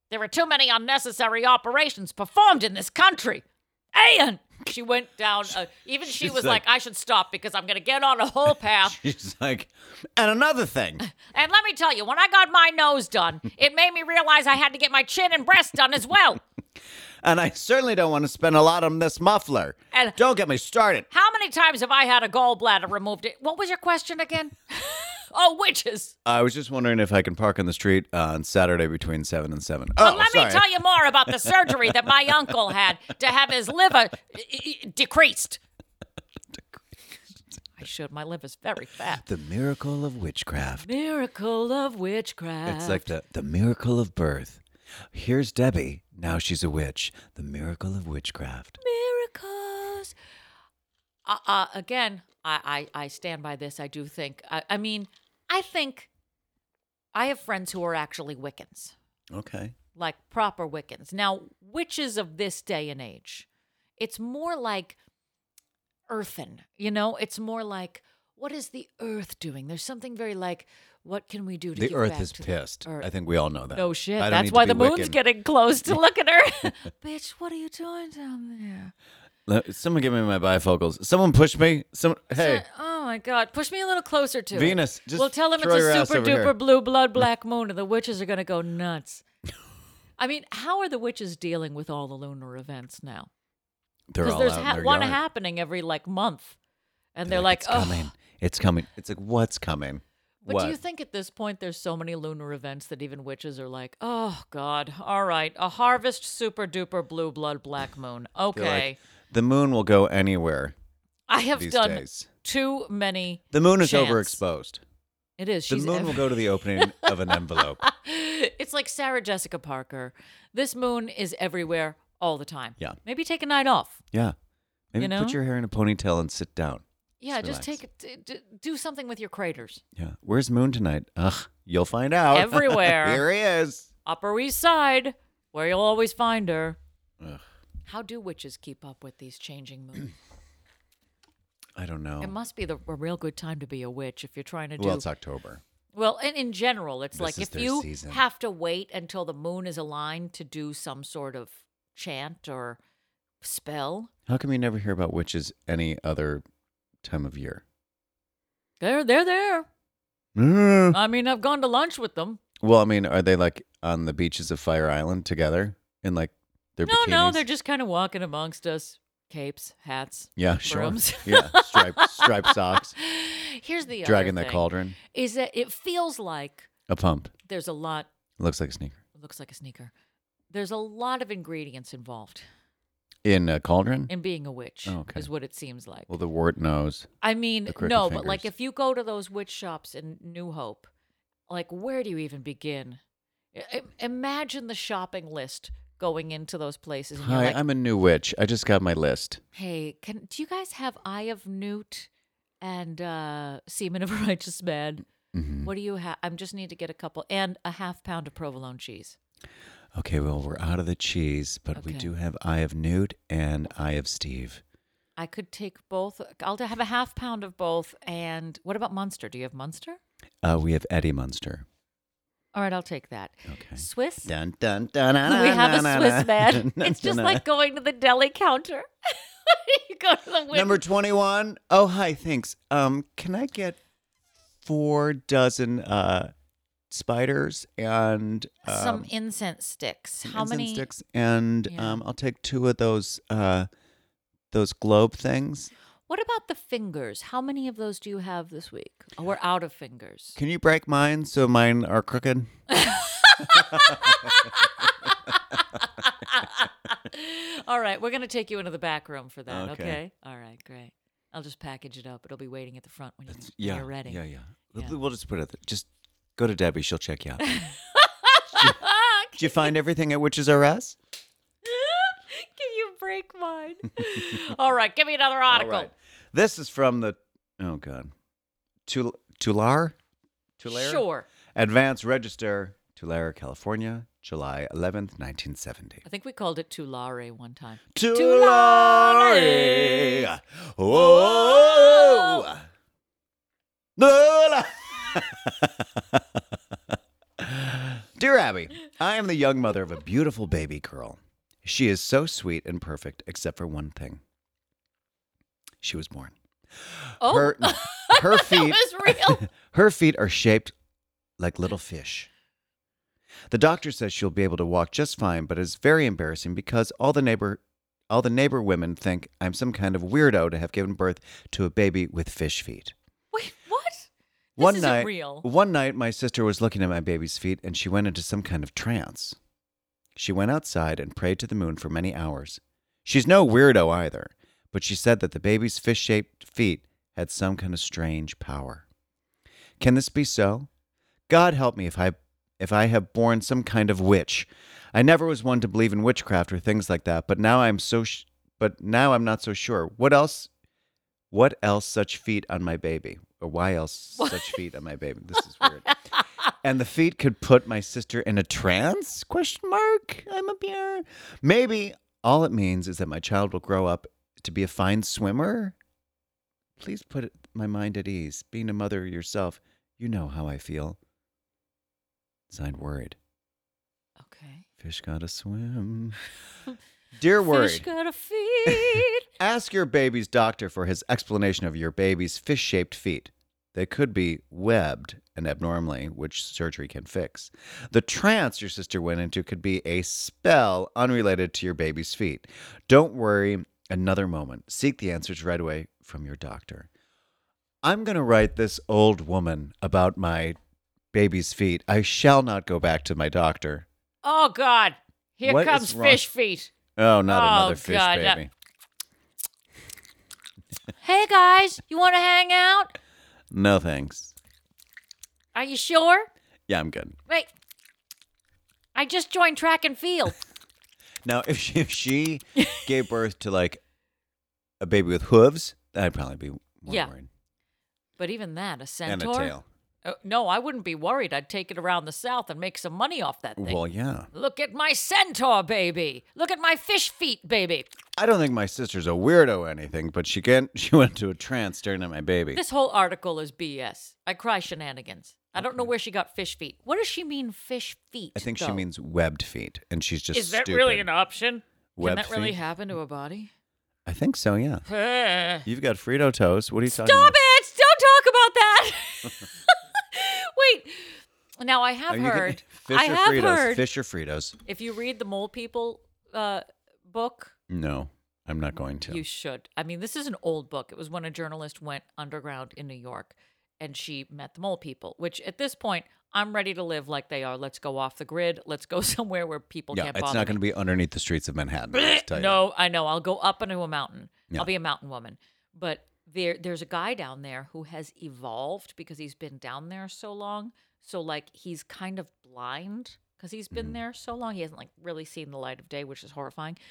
E: There are too many unnecessary operations performed in this country. And she went down, a, even she
F: She's
E: was
F: like-
E: like, I should stop because I'm going to get on a whole path
F: She's like, and another thing.
E: and let me tell you, when I got my nose done, it made me realize I had to get my chin and breast done as well.
F: And I certainly don't want to spend a lot on this muffler.
E: And-
F: don't get me started.
E: How many times have I had a gallbladder removed? What was your question again? oh, witches.
F: I was just wondering if I can park on the street on Saturday between seven and seven.
E: But
F: oh,
E: let
F: sorry.
E: me tell you more about the surgery that my uncle had to have his liver e- e- decreased. I showed my liver's very fat.
F: The miracle of witchcraft.
E: Miracle of witchcraft.
F: It's like the, the miracle of birth. Here's Debbie. Now she's a witch. The miracle of witchcraft.
E: miracles. Uh, uh, again, I, I, I stand by this. I do think, I, I mean, I think I have friends who are actually Wiccans,
F: Okay.
E: like proper Wiccans. Now, witches of this day and age, it's more like earthen, you know? It's more like, what is the earth doing? There's something very like, what can we do to
F: The
E: give
F: earth
E: back
F: is
E: to the
F: pissed.
E: earth?
F: I think we all know that.
E: No shit.
F: I don't need
E: That's
F: to
E: why
F: be
E: the moon's
F: Wiccan.
E: getting close to look at her. Bitch, what are you doing down there?
F: Let- Someone give me my bifocals. Someone push me. Some. Hey.
E: Oh my God! Push me a little closer to it.
F: Venus, just
E: we'll tell him it's
F: throw your
E: a
F: ass
E: super
F: over here.
E: duper blue blood black moon, and the witches are gonna go nuts. I mean, how are the witches dealing with all the lunar events now?
F: They're
E: Because
F: all
E: there's
F: out in
E: ha-
F: their
E: one
F: yard.
E: happening every like month, and they're, like,
F: it's
E: "Oh."
F: coming. It's coming. It's like, what's coming?
E: But
F: what?
E: do you think at this point there's so many lunar events that even witches are like, "Oh God, all right, a harvest super duper blue blood black moon."
F: They're like,
E: Okay,
F: the moon will go anywhere
E: I have
F: these
E: done
F: days.
E: too many.
F: The moon is
E: chants.
F: overexposed.
E: It is.
F: The
E: She's
F: moon
E: ev-
F: will go to the opening of an envelope.
E: it's like Sarah Jessica Parker. This moon is everywhere all the time.
F: Yeah.
E: Maybe take a night off.
F: Yeah. Maybe
E: You know?
F: put your hair in a ponytail and sit down.
E: Yeah,
F: Just
E: just take d- d- do something with your craters.
F: Yeah. Where's Moon tonight? Ugh. You'll find out.
E: Everywhere.
F: Here he is.
E: Upper East Side, where you'll always find her.
F: Ugh.
E: How do witches keep up with these changing moons?
F: I don't know.
E: It must be the, a real good time to be a witch if you're trying to do
F: Oh. well, it's October.
E: Well, and in general, it's
F: This
E: like
F: is
E: if
F: their
E: you
F: season.
E: have to wait until the moon is aligned to do some sort of chant or spell,
F: How come you never hear about witches any other time of year?
E: they're they're there.
F: well,
E: I mean, I've gone to lunch with them.
F: I mean, are they like on the beaches of Fire Island together in like their
E: No, no,
F: bikinis?
E: they're just kind of walking amongst us. Capes, hats.
F: yeah, sure.
E: brooms.
F: yeah, striped striped socks,
E: Here's the
F: dragging
E: other
F: that
E: thing,
F: cauldron,
E: is that it feels like
F: a pump.
E: there's a lot.
F: Looks like a sneaker
E: Looks like a sneaker. There's a lot of ingredients involved
F: in a cauldron.
E: in being a witch.
F: Oh, okay.
E: Is what it seems like.
F: well, the wart knows.
E: I mean,
F: the crooked
E: no, but like
F: fingers.
E: if you go to those witch shops in New Hope, like where do you even begin? I- I- imagine the shopping list going into those places. And you're
F: Hi,
E: like,
F: I'm a new witch. I just got my list.
E: Hey, can do you guys have Eye of Newt and uh Semen of a Righteous Man?
F: Mm-hmm.
E: What do you have? I am just need to get a couple and a half pound of provolone cheese.
F: Okay, well, we're out of the cheese, but we
E: Okay.
F: do have Eye of Newt and Eye of Steve.
E: I could take both. I'll have a half pound of both. And what about Munster? Do you have Munster?
F: Uh, we have Eddie Munster.
E: All right, I'll take that.
F: Okay.
E: Swiss.
F: Dun, dun, dun,
E: we have a Swiss man. It's just like going to the deli counter. you go to the
F: number 21. Oh, hi, thanks. Um, can I get four dozen uh spiders and um,
E: some incense sticks. How
F: incense
E: many?
F: sticks and
E: Yeah.
F: um I'll take two of those uh those globe things.
E: What about the fingers? How many of those do you have this week? Oh, we're out of fingers.
F: Can you break mine so mine are crooked?
E: All right, we're going to take you into the back room for that, okay.
F: Okay.
E: All right, great. I'll just package it up. It'll be waiting at the front when you, when you're ready.
F: Yeah, yeah.
E: Yeah.
F: We'll just put it. Just go to Debbie. She'll check you out.
E: Ah,
F: Did you find everything at Witches R Us?
E: Can you break mine? All right, give me another article.
F: All right. This is from the oh god, Tul- Tular, Tulare.
E: Sure.
F: Advance Register, Tulare, California, July eleventh, nineteen seventy.
E: I think we called it Tulare one time.
F: Tulare. Whoa. Tula- Dear Abby, I am the young mother of a beautiful baby girl. She is so sweet and perfect, except for one thing. She was born.
E: Oh.
F: her, her feet.
E: That was real.
F: Her feet are shaped like little fish. The doctor says she'll be able to walk just fine, but it's very embarrassing because all the neighbor all the neighbor women think I'm some kind of weirdo to have given birth to a baby with fish feet.
E: Wait, what? This
F: one
E: isn't
F: night,
E: real.
F: one night my sister was looking at my baby's feet and she went into some kind of trance. She went outside and prayed to the moon for many hours. She's no weirdo either, but she said that the baby's fish-shaped feet had some kind of strange power. Can this be so? God help me if I if I have borne some kind of witch. I never was one to believe in witchcraft or things like that, but now I'm so sh- but now I'm not so sure. What else what else such feet on my baby? Or why else such feet on my baby? This is weird. and the feet could put my sister in a trance? Question mark. I'm a bear. Maybe all it means is that my child will grow up to be a fine swimmer. Please put it- my mind at ease. Being a mother yourself, you know how I feel. Signed, worried.
E: Okay.
F: Fish gotta swim. Dear worried.
E: Fish gotta feed.
F: Ask your baby's doctor for his explanation of your baby's fish shaped feet. They could be webbed and abnormally, which surgery can fix. The trance your sister went into could be a spell unrelated to your baby's feet. Don't worry another moment. Seek the answers right away from your doctor. I'm going to write this old woman about my baby's feet. I shall not go back to my doctor.
E: oh God. Here
F: What is
E: comes
F: wrong-
E: fish feet.
F: Oh, not
E: Oh,
F: another fish
E: God, that-
F: baby.
E: Hey guys, you wanna hang out?
F: No thanks.
E: Are you sure?
F: Yeah, I'm good.
E: Wait. I just joined track and field.
F: Now, if she, if she gave birth to like a baby with hooves, I'd probably be more
E: Yeah.
F: worried.
E: But even that, a
F: And
E: centaur.
F: a tail.
E: Uh, no, I wouldn't be worried. I'd take it around the south and make some money off that thing.
F: Well, yeah.
E: Look at my centaur baby. Look at my fish feet baby.
F: I don't think my sister's a weirdo or anything, but she can She went into a trance staring at my baby.
E: This whole article is BS. I cry shenanigans. I don't know where she got fish feet. What does she mean fish feet?
F: I think she
E: though?
F: means webbed feet, and she's just.
E: Is that
F: stupid.
E: really an option?
F: Webbed
E: Can that really
F: feet?
E: happen to a body?
F: I think so. Yeah.
E: Stop
F: You've got Frito toast. What are you talking about?
E: it! Don't talk about that. Wait. Now I have
F: Are you gonna-
E: heard.
F: Fish
E: I
F: or
E: have
F: Fritos?
E: heard.
F: Fish or Fritos?
E: If you read the mole people uh, book,
F: No, I'm not going to.
E: You should. I mean, this is an old book. It was when a journalist went underground in New York and she met the mole people, which at this point, I'm ready to live like they are. Let's go off the grid. Let's go somewhere where people
F: yeah,
E: can't
F: it's
E: bother.
F: not going to be underneath the streets of Manhattan. I'll just tell you
E: No, I know. I'll go up into a mountain.
F: Yeah.
E: I'll be a mountain woman. But there there's a guy down there who has evolved because he's been down there so long. So like he's kind of blind because he's
F: Mm-hmm.
E: been there so long. He hasn't like really seen the light of day, which is horrifying.
F: that.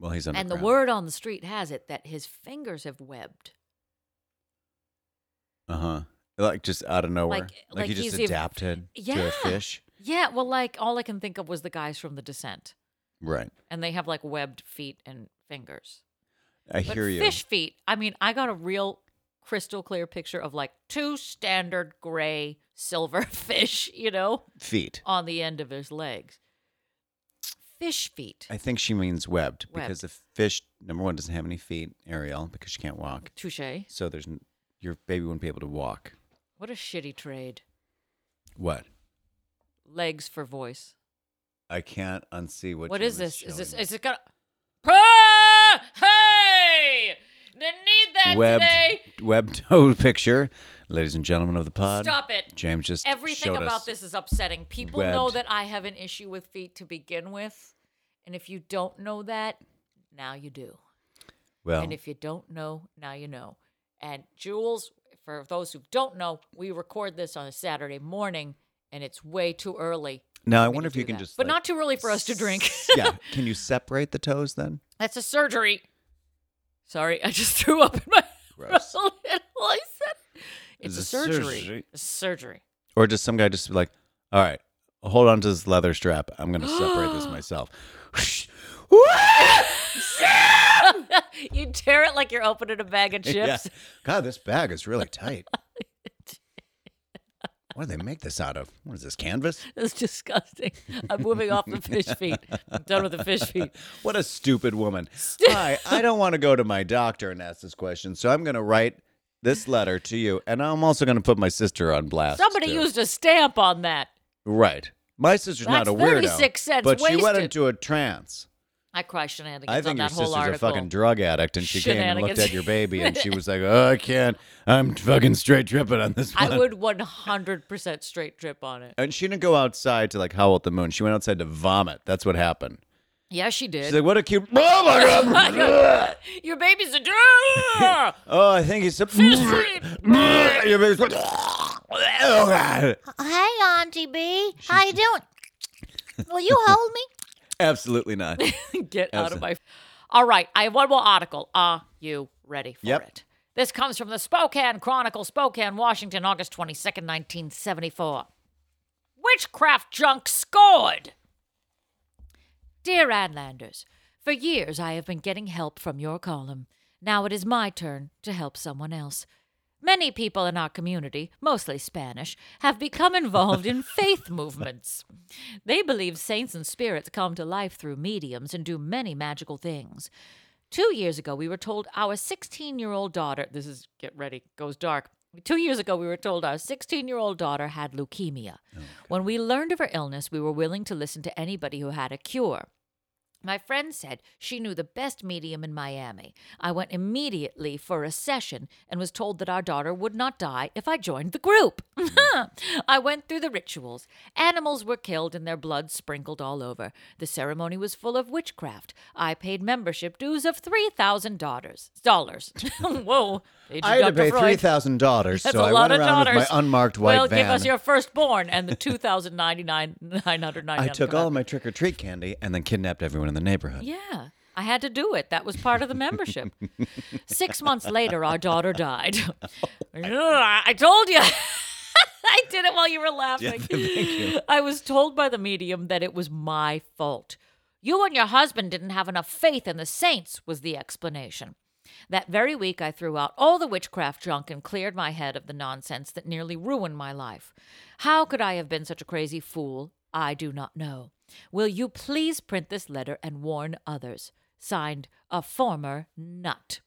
F: Well, he's
E: And the
F: underground.
E: word on the street has it that his fingers have webbed.
F: Uh huh. Like just out of nowhere. Like,
E: like
F: you just
E: he's ev-
F: adapted to a
E: Yeah.
F: fish.
E: Yeah, well, like all I can think of was the guys from The Descent,
F: Right.
E: and they have like webbed feet and fingers.
F: I
E: But
F: hear you.
E: Fish feet. I mean, I got a real crystal clear picture of like two standard gray silver fish, you know,
F: Feet.
E: on the end of his legs. Fish feet.
F: I think she means webbed,
E: Webbed.
F: because the fish number one doesn't have any feet, Ariel, because she can't walk.
E: Touche.
F: So there's n- your baby wouldn't be able to walk.
E: What a shitty trade.
F: What?
E: Legs for voice.
F: I can't unsee what.
E: what
F: you
E: is
F: was
E: this? Is this?
F: showing me.
E: Is it gonna? Ah! Hey! Didn't need that
F: webbed
E: today.
F: web toed picture, ladies and gentlemen of the pod?
E: Stop it.
F: James just
E: Everything
F: showed
E: about
F: us.
E: this is upsetting. People know
F: webbed.
E: that I have an issue with feet to begin with. And if you don't know that, now you do.
F: Well,
E: And if you don't know, now you know. And Jules, for those who don't know, we record this on a Saturday morning. and it's way too early.
F: Now I
E: for me
F: wonder
E: to
F: if you
E: do
F: can
E: that.
F: just,
E: but
F: like-
E: not too early for us to drink.
F: yeah. Can you separate the toes then?
E: That's a surgery. Sorry, I just threw up in my
F: Gross.
E: little I said
F: It's
E: it's
F: a
E: a surgery.
F: surgery.
E: It's a surgery.
F: Or just some guy just be like, all right, hold on to this leather strap. I'm going to separate this myself.
E: you tear it like you're opening a bag of chips.
F: Yeah. God, this bag is really tight. What do they make this out of? What is this, canvas?
E: It's disgusting. I'm moving off the fish feet. I'm done with the fish feet.
F: What a stupid woman. Hi, I don't want to go to my doctor and ask this question, so I'm going to write this letter to you, and I'm also going to put my sister on blast.
E: Somebody
F: too.
E: used a stamp on that.
F: Right. My sister's not a
E: That's
F: weirdo.
E: 36 cents
F: but she went
E: wasted.
F: into a trance.
E: I cry shenanigans
F: I think
E: on
F: your
E: that whole
F: sister's a
E: article.
F: fucking drug addict, and she came and looked
E: Shenanigans.
F: at your baby, and she was like, "Oh, I can't. I'm fucking straight tripping on this one."
E: I would 100% straight drip on it.
F: And she didn't go outside to like howl at the moon. She went outside to vomit. That's what happened.
E: Yeah, she did.
F: She's like, "What a cute! Oh my god!
E: Your baby's a drug.
F: oh, I think he's so." your baby's like, "Oh god!"
J: Hey, Auntie B. How you doing? Will you hold me?
F: Absolutely not.
E: Get out of my. All right, I have one more article. Are you ready for
F: Yep.
E: it? This comes from the Spokane Chronicle, Spokane, Washington, August 22nd, 1974. Witchcraft junk scored. Dear Anlanders, for years I have been getting help from your column. Now it is my turn to help someone else. Many people in our community, mostly Spanish, have become involved in faith movements. They believe saints and spirits come to life through mediums and do many magical things. Two years ago, we were told our 16 year old daughter, this is, get ready, goes dark. Two years ago, we were told our 16 year old daughter had leukemia. when we learned of her illness, we were willing to listen to anybody who had a cure. My friend said she knew the best medium in Miami. I went immediately for a session and was told that our daughter would not die if I joined the group.
F: Mm.
E: I went through the rituals. Animals were killed and their blood sprinkled all over. The ceremony was full of witchcraft. I paid membership dues of three thousand dollars. Dollars. Whoa! They
F: I had to
E: deducted
F: pay
E: Freud.
F: three thousand dollars,
E: That's
F: so
E: a
F: I
E: lot
F: went
E: of
F: around
E: dollars.
F: with my unmarked white
E: well,
F: van.
E: give us your firstborn and the two thousand ninety nine nine hundred ninety
F: I
E: nine.
F: took all my trick or treat candy and then kidnapped everyone in the neighborhood.
E: Yeah. I had to do it. That was part of the membership. Six months later, our daughter died. I told you. I did it while you were laughing. I was told by the medium that it was my fault. You and your husband didn't have enough faith in the saints, was the explanation. That very week, I threw out all the witchcraft junk and cleared my head of the nonsense that nearly ruined my life. How could I have been such a crazy fool? I do not know. Will you please print this letter and warn others? Signed, a former nut.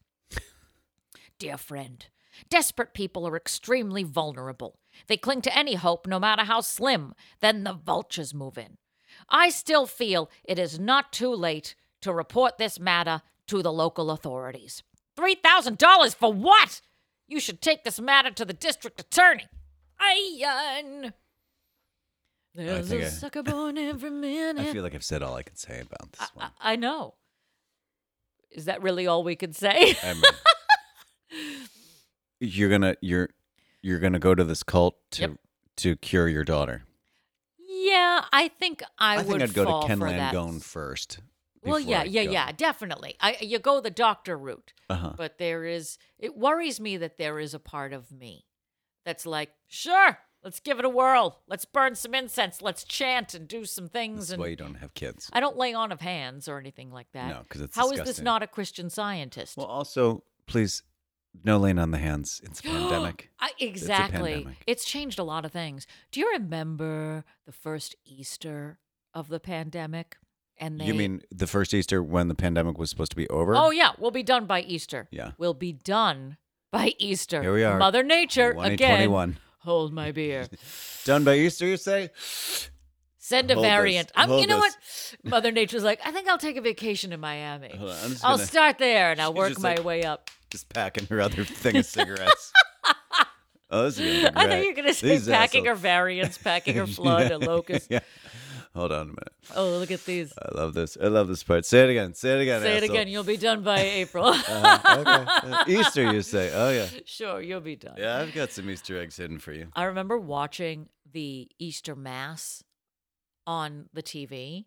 E: Dear friend, desperate people are extremely vulnerable. They cling to any hope, no matter how slim. Then the vultures move in. I still feel it is not too late to report this matter to the local authorities. $3,000 for what? You should take this matter to the district attorney. Ayan. There's
F: think
E: a
F: I-
E: sucker born every minute.
F: I feel like I've said all I can say about this one.
E: I know. Is that really all we could say?
F: I mean, you're gonna you're you're gonna go to this cult to
E: Yep.
F: to cure your daughter.
E: yeah, I think I,
F: think
E: would
F: I'd go
E: fall
F: to Ken
E: for that.
F: Langone first.
E: Well,
F: before
E: yeah,
F: I'd
E: yeah,
F: go.
E: yeah, definitely. I you go the doctor route,
F: Uh-huh.
E: but there is it worries me that there is a part of me that's like, sure, let's give it a whirl, let's burn some incense, let's chant and do some things,
F: That's
E: and
F: why you don't have kids.
E: I don't lay on of hands or anything like that.
F: No, 'cause it's
E: How is this
F: disgusting.
E: not a Christian scientist?
F: Well, also, please, no laying on the hands. It's a pandemic.
E: I, exactly.
F: pandemic.
E: It's, changed a lot of things. Do you remember the first Easter of the pandemic? And they,
F: You mean the first Easter when the pandemic was supposed to be over?
E: Oh yeah, we'll be done by Easter.
F: Yeah.
E: we'll be done by Easter.
F: Here we are,
E: Mother Nature again.
F: 2021.
E: Hold my beer.
F: Done by Easter, you say?
E: Send a
F: Hold this.
E: variant. I'm, you
F: Hold
E: know what? Mother Nature's like, I think I'll take a vacation in Miami.
F: Hold on, I'm just
E: I'll
F: gonna-
E: start there and I'll
F: She's
E: work
F: just
E: my
F: like-
E: way up.
F: Just packing her other thing of cigarettes. oh, this is gonna be
E: I thought
F: great.
E: you were gonna say
F: These
E: packing her
F: assholes.
E: variants, packing her flood, and locust.
F: yeah. Hold on a minute.
E: Oh, look at these.
F: I love this. I love this part. Say it again. Say it again.
E: Say it
F: asshole.
E: again. You'll be done by April.
F: Uh, okay. Uh, Easter, you say. Oh, yeah.
E: sure, you'll be done.
F: Yeah, I've got some Easter eggs hidden for you.
E: I remember watching the Easter Mass on the TV,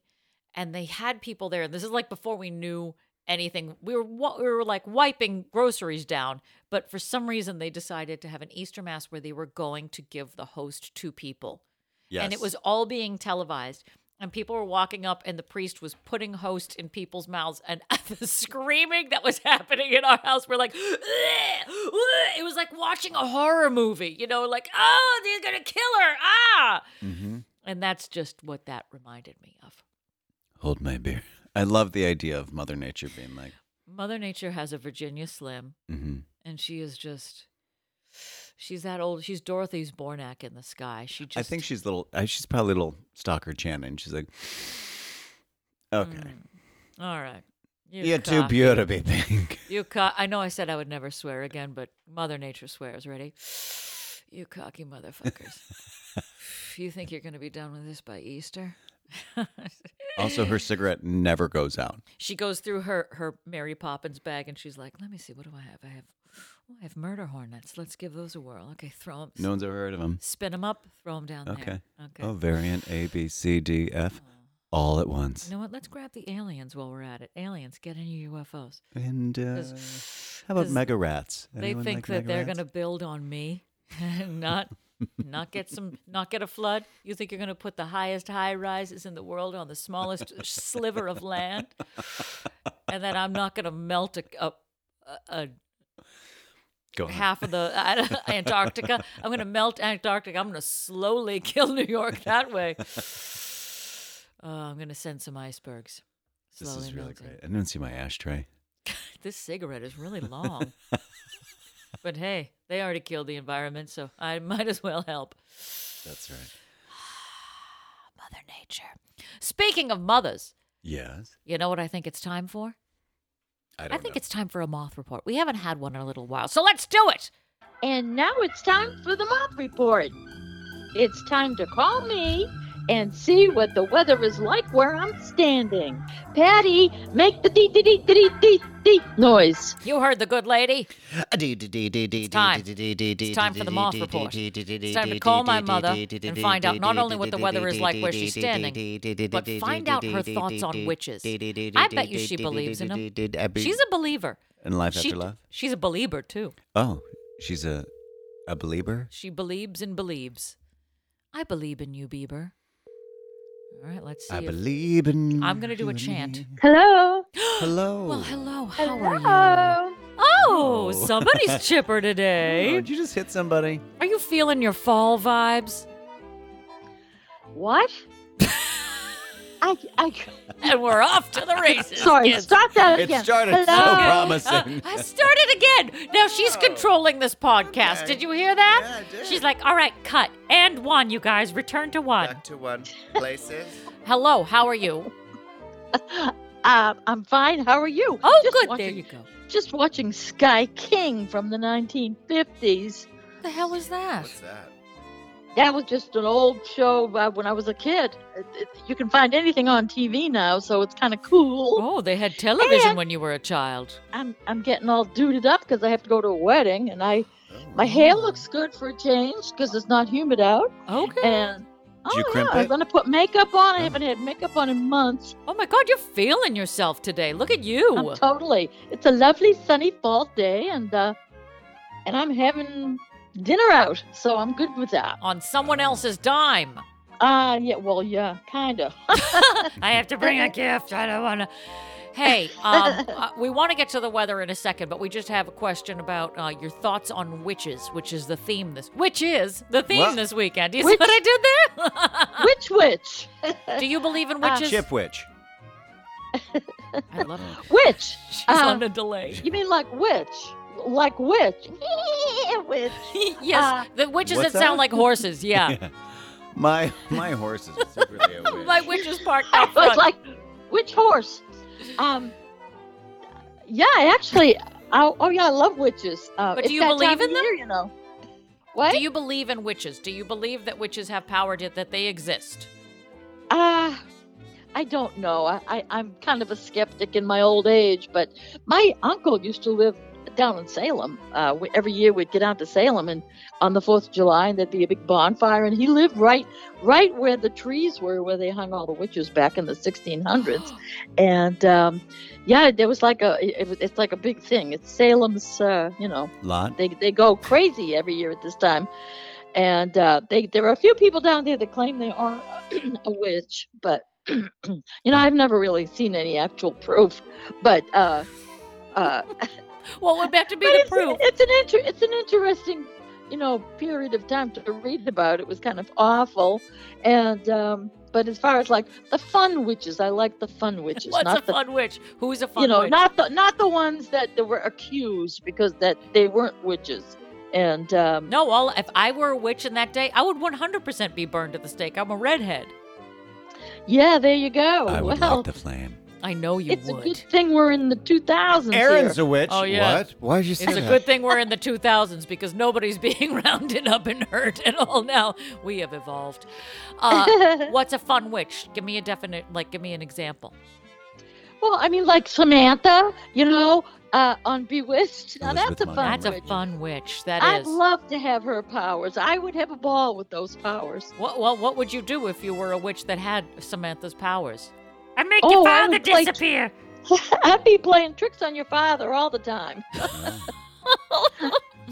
E: and they had people there. This is like before we knew anything. We were wa- we were like wiping groceries down, but for some reason they decided to have an Easter Mass where they were going to give the host to people.
F: Yes.
E: And it was all being televised. And people were walking up, and the priest was putting host in people's mouths. And the screaming that was happening in our house, we're like, it was like watching a horror movie, you know, like, oh, they're going to kill her. Ah.
F: Mm-hmm.
E: And that's just what that reminded me of.
F: Hold my beer. I love the idea of Mother Nature being like,
E: Mother Nature has a Virginia Slim,
F: mm-hmm.
E: and she is just, she's that old. She's Dorothy's Bornak in the sky. She just,
F: I think she's little. uh, She's probably little stalker Shannon. She's like,
E: Mm,
F: okay,
E: all right. You
F: you're too
E: cock.
F: pure to be pink.
E: You cock. I know I said I would never swear again, but Mother Nature swears. Ready? You cocky motherfuckers. you think you're going to be done with this by Easter?
F: also, her cigarette never goes out.
E: She goes through her her Mary Poppins bag and she's like, "Let me see. What do I have? I have, oh, I have murder hornets. Let's give those a whirl. Okay, throw them.
F: No one's ever heard of them.
E: Spin them up. Throw them down
F: Okay.
E: there. Okay.
F: Oh, variant A, B, C, D,
E: Oh,
F: F, all at once.
E: You know what? Let's grab the aliens while we're at it. Aliens, get in your UFOs.
F: And uh,
E: 'Cause-
F: how about
E: 'cause
F: mega rats?
E: They
F: Anyone
E: think that
F: like mega
E: they're
F: rats?
E: going to build on me and not not get some not get a flood. You think you're going to put the highest high rises in the world on the smallest sliver of land, and that I'm not going to melt a, a, a
F: Go on.
E: half of the Antarctica. I'm going to melt Antarctica. I'm going to slowly kill New York that way. Uh, I'm going to send some icebergs.
F: This
E: Slowly
F: is really
E: melting.
F: great. I didn't see my ashtray.
E: This cigarette is really long. but hey, they already killed the environment, so I might as well help.
F: That's right.
E: Mother Nature. Speaking of mothers,
F: Yes.
E: you know what I think it's time for?
F: I
E: I,
F: don't
E: think
F: know.
E: it's time for a moth report. We haven't had one in a little while, so let's do it.
K: And now it's time for the moth report. It's time to call me and see what the weather is like where I'm standing. Patty, make the dee dee dee dee dee dee noise.
E: You heard the good lady.
I: It's
E: time.
I: time.
E: It's
I: It's
E: time for the moth report. It's time to call my mother and find out not only what the weather is like where she's standing, but find out her thoughts on witches. I bet you she believes in them. She's a believer.
F: And life
E: She,
F: after love.
E: she's a believer too.
F: Oh, she's a a believer.
E: She believes and believes. I believe in you, Bieber. All right, let's see.
F: I
E: if-
F: believe in.
E: I'm gonna do a chant.
K: Hello.
F: Hello.
E: Well, hello. How are you?
K: Hello.
E: Oh,
F: Oh.
E: somebody's chipper
F: Oh,
E: today.
F: did you just hit somebody?
E: Are you feeling your fall vibes?
K: What? I, I,
E: And we're off to the races.
K: sorry,
E: kids.
K: stop that
F: It
K: again.
F: started so
K: Uh, Hello?
E: Uh,
F: promising. Oh.
E: I started again. Now she's controlling this podcast.
F: Okay.
E: Did you hear that?
F: Yeah, I did.
E: She's like, all right, cut. And one, you guys, return to one.
F: to one places.
E: Hello, how are you?
K: Uh, I'm fine. How are you?
E: Oh,
K: Just
E: good.
K: watching-
E: There you go.
K: Just watching Sky King from the 1950s.
E: What the hell is that?
F: that?
K: That was just an old show uh, when I was a kid. It- it- you can find anything on TV now, so it's kind of cool.
E: Oh, they had television
K: And-
E: when you were a child.
K: I'm I'm getting all duded up because I have to go to a wedding, and I
F: Oh.
K: my hair looks good for a change because it's not humid out.
E: Okay.
K: And
F: Did you
K: oh yeah,
F: crimp
K: I'm
F: it?
K: gonna put makeup on. I
F: Oh.
K: haven't had makeup on in months.
E: Oh my God, you're feeling yourself today. Look at
K: I'm
E: you.
K: totally. It's a lovely sunny fall day, and uh, and I'm having dinner out, so I'm good with that.
E: On someone else's dime.
K: Ah, yeah, well, yeah, kind of.
E: I have to bring a gift. I don't want to. Hey, um, uh, we want to get to the weather in a second, but we just have a question about uh, your thoughts on witches, which is the theme this, which is the theme
F: What?
E: this weekend. Do you see
K: Witch-
E: what I did
K: Which witch?
E: there? Do you believe in
K: Ah.
E: witches?
F: Chip witch.
E: I love it.
K: Which?
E: She's
K: Uh,
E: on a delay.
K: You mean like which? Like which? which?
E: yes,
K: uh,
E: the witches that,
F: what's
E: sound
F: that?
E: like horses. Yeah,
F: My my horse is secretly a witch.
E: my witches parked
K: I
E: out
K: was
E: front.
K: like, which horse? Um, yeah, actually, I, oh yeah, I love witches. Uh,
E: But
K: it's
E: do you
K: that time
E: believe
K: of
E: in them?
K: year, you know. What?
E: Do you believe in witches? Do you believe that witches have power? Did that they exist?
K: Uh, I don't know. I, I, I'm kind of a skeptic in my old age, but my uncle used to live down in Salem. Uh, we, every year we'd get out to Salem, and on the Fourth of July, and there'd be a big bonfire. And he lived right, right where the trees were, where they hung all the witches back in the 1600s. and um, yeah, there was like a, it, was- it's like a big thing. It's Salem's, uh, you know,
F: Lot.
K: they they go crazy every year at this time, and uh, they there are a few people down there that claim they are a witch, but you know I've never really seen any actual proof. But uh, uh,
E: What would have to be
K: but
E: the
K: it's,
E: proof?
K: it's an inter- it's an interesting you know period of time to read about. It was kind of awful, and um, but as far as like the fun witches, I like the fun witches,
E: What's
K: not
E: a
K: the
E: fun witch? Who's a fun
K: you know,
E: witch?
K: not the not the ones that they were accused because that they weren't witches. And um,
E: no, all if I were a witch in that day, I would 100% be burned at the stake. I'm a redhead.
K: yeah, there you go.
F: I would
K: well,
F: like the flame.
E: I know you
K: it's
E: would.
K: a good thing we're in the 2000s
F: Aaron's
K: here.
F: a witch.
E: Oh, yeah.
F: What? Why did you say
E: It's a
F: that?
E: good thing we're in the 2000s because nobody's being rounded up and hurt at all now. We have evolved. Uh, what's a fun witch? Give me a definite, like, give me an example.
K: Well, I mean, like Samantha, you know, uh, on Bewitched. Now that's a
F: Elizabeth
K: fun.
F: Montgomery.
E: That's a
K: witch.
E: fun witch. That
K: I'd
E: is.
K: love to have her powers. I would have a ball with those powers.
E: what, well, what would you do if you were a witch that had Samantha's powers?
H: I make
K: Oh,
H: your
K: I
H: father
K: would like-
H: disappear.
K: I'd be playing tricks on your father all the time.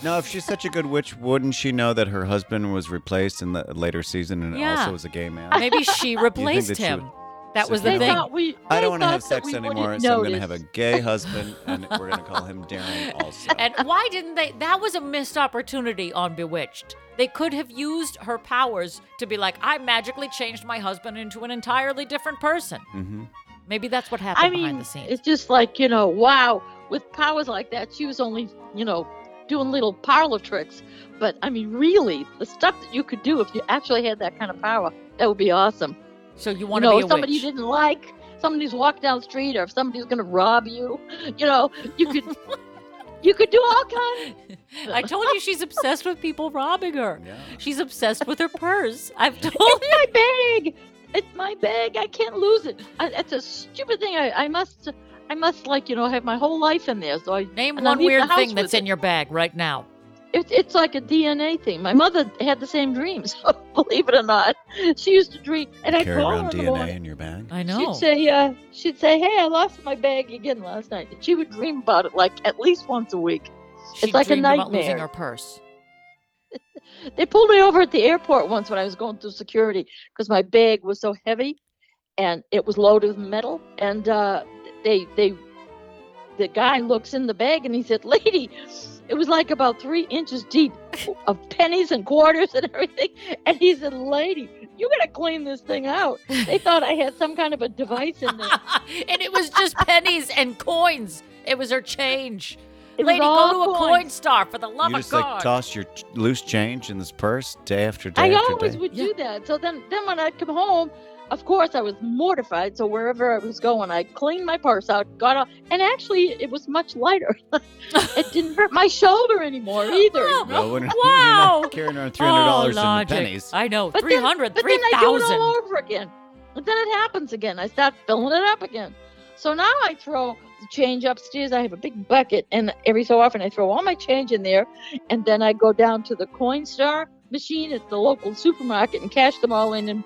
F: Now, if she's such a good witch, wouldn't she know that her husband was replaced in the later season and
E: Yeah.
F: also was a gay man?
E: Maybe she replaced
F: that she
E: him.
F: would-
E: that was the
F: so
K: They
F: you
E: thing.
F: don't-
K: thought we.
F: I
K: they
F: don't want to have
K: thought that
F: sex
K: we
F: anymore,
K: wouldn't
F: so I'm going to have a
K: notice.
F: gay husband, and we're going to call him Darren also.
E: And why didn't they? That was a missed opportunity on Bewitched. They could have used her powers to be like, I magically changed my husband into an entirely different person.
F: hmm
E: Maybe that's what happened
K: Mm-hmm. I
E: behind
K: mean,
E: the scenes.
K: it's just like you know, wow. With powers like that, she was only you know doing little parlor tricks. But I mean, really, the stuff that you could do if you actually had that kind of power, that would be awesome.
E: So you
K: You
E: want to
K: know,
E: be a
K: if somebody
E: witch?
K: you didn't like, somebody's walking down the street, or if somebody's going to rob you, you know, you could. You could do all kinds.
E: I told you she's obsessed with people robbing her.
F: Yeah.
E: She's obsessed with her purse. I've told you.
K: My bag, it's my bag. I can't lose it. I, it's a stupid thing. I, I must, I must like you know have my whole life in there. So I
E: Name
K: And I
E: one
K: leave the
E: weird
K: house
E: thing
K: with
E: that's
K: it.
E: in your bag right now.
K: It, it's like a DNA thing. My mother had the same dream, so believe it or not, she used to dream. And I'd
F: Carry
K: call her
F: around
K: in the
F: DNA
K: morning.
F: in your bag?
E: I
K: She'd
E: know.
K: say, uh, she'd say, "Hey, I lost my bag again last night." And she would dream about it like at least once a week.
E: She
K: it's like a
E: dreamed about losing
K: nightmare.
E: her purse.
K: They pulled me over at the airport once when I was going through security because my bag was so heavy, and it was loaded with metal. And uh, they they the guy looks in the bag and he said, "Lady, it was like about three inches deep of pennies and quarters and everything." And he said, "Lady, you gotta clean this thing out." They thought I had some kind of a device in there.
E: and it was just pennies and coins. It was her change.
K: It was
E: Lady,
K: all
E: go to a coin
K: coins.
E: star for the love
F: you
E: of
F: just
E: God.
F: like toss your ch- loose change in this purse day after day
K: I
F: after
K: always
F: day.
K: would
E: Yeah.
K: do that. So then, then when I'd come home, of course I was mortified. So wherever I was going, I cleaned my purse out, got out, and actually it was much lighter. it didn't hurt my shoulder anymore either.
E: Oh,
F: Well, when, when you're
E: wow.
F: not carrying around three hundred dollars
E: oh,
F: in
E: logic.
F: pennies.
E: I know.
K: But then-
E: 300,
K: But then I do it
E: 3,000.
K: all over again. And then it happens again. I start filling it up again. So now I throw the change upstairs. I have a big bucket, and every so often I throw all my change in there, and then I go down to the Coinstar machine at the local supermarket and cash them all in and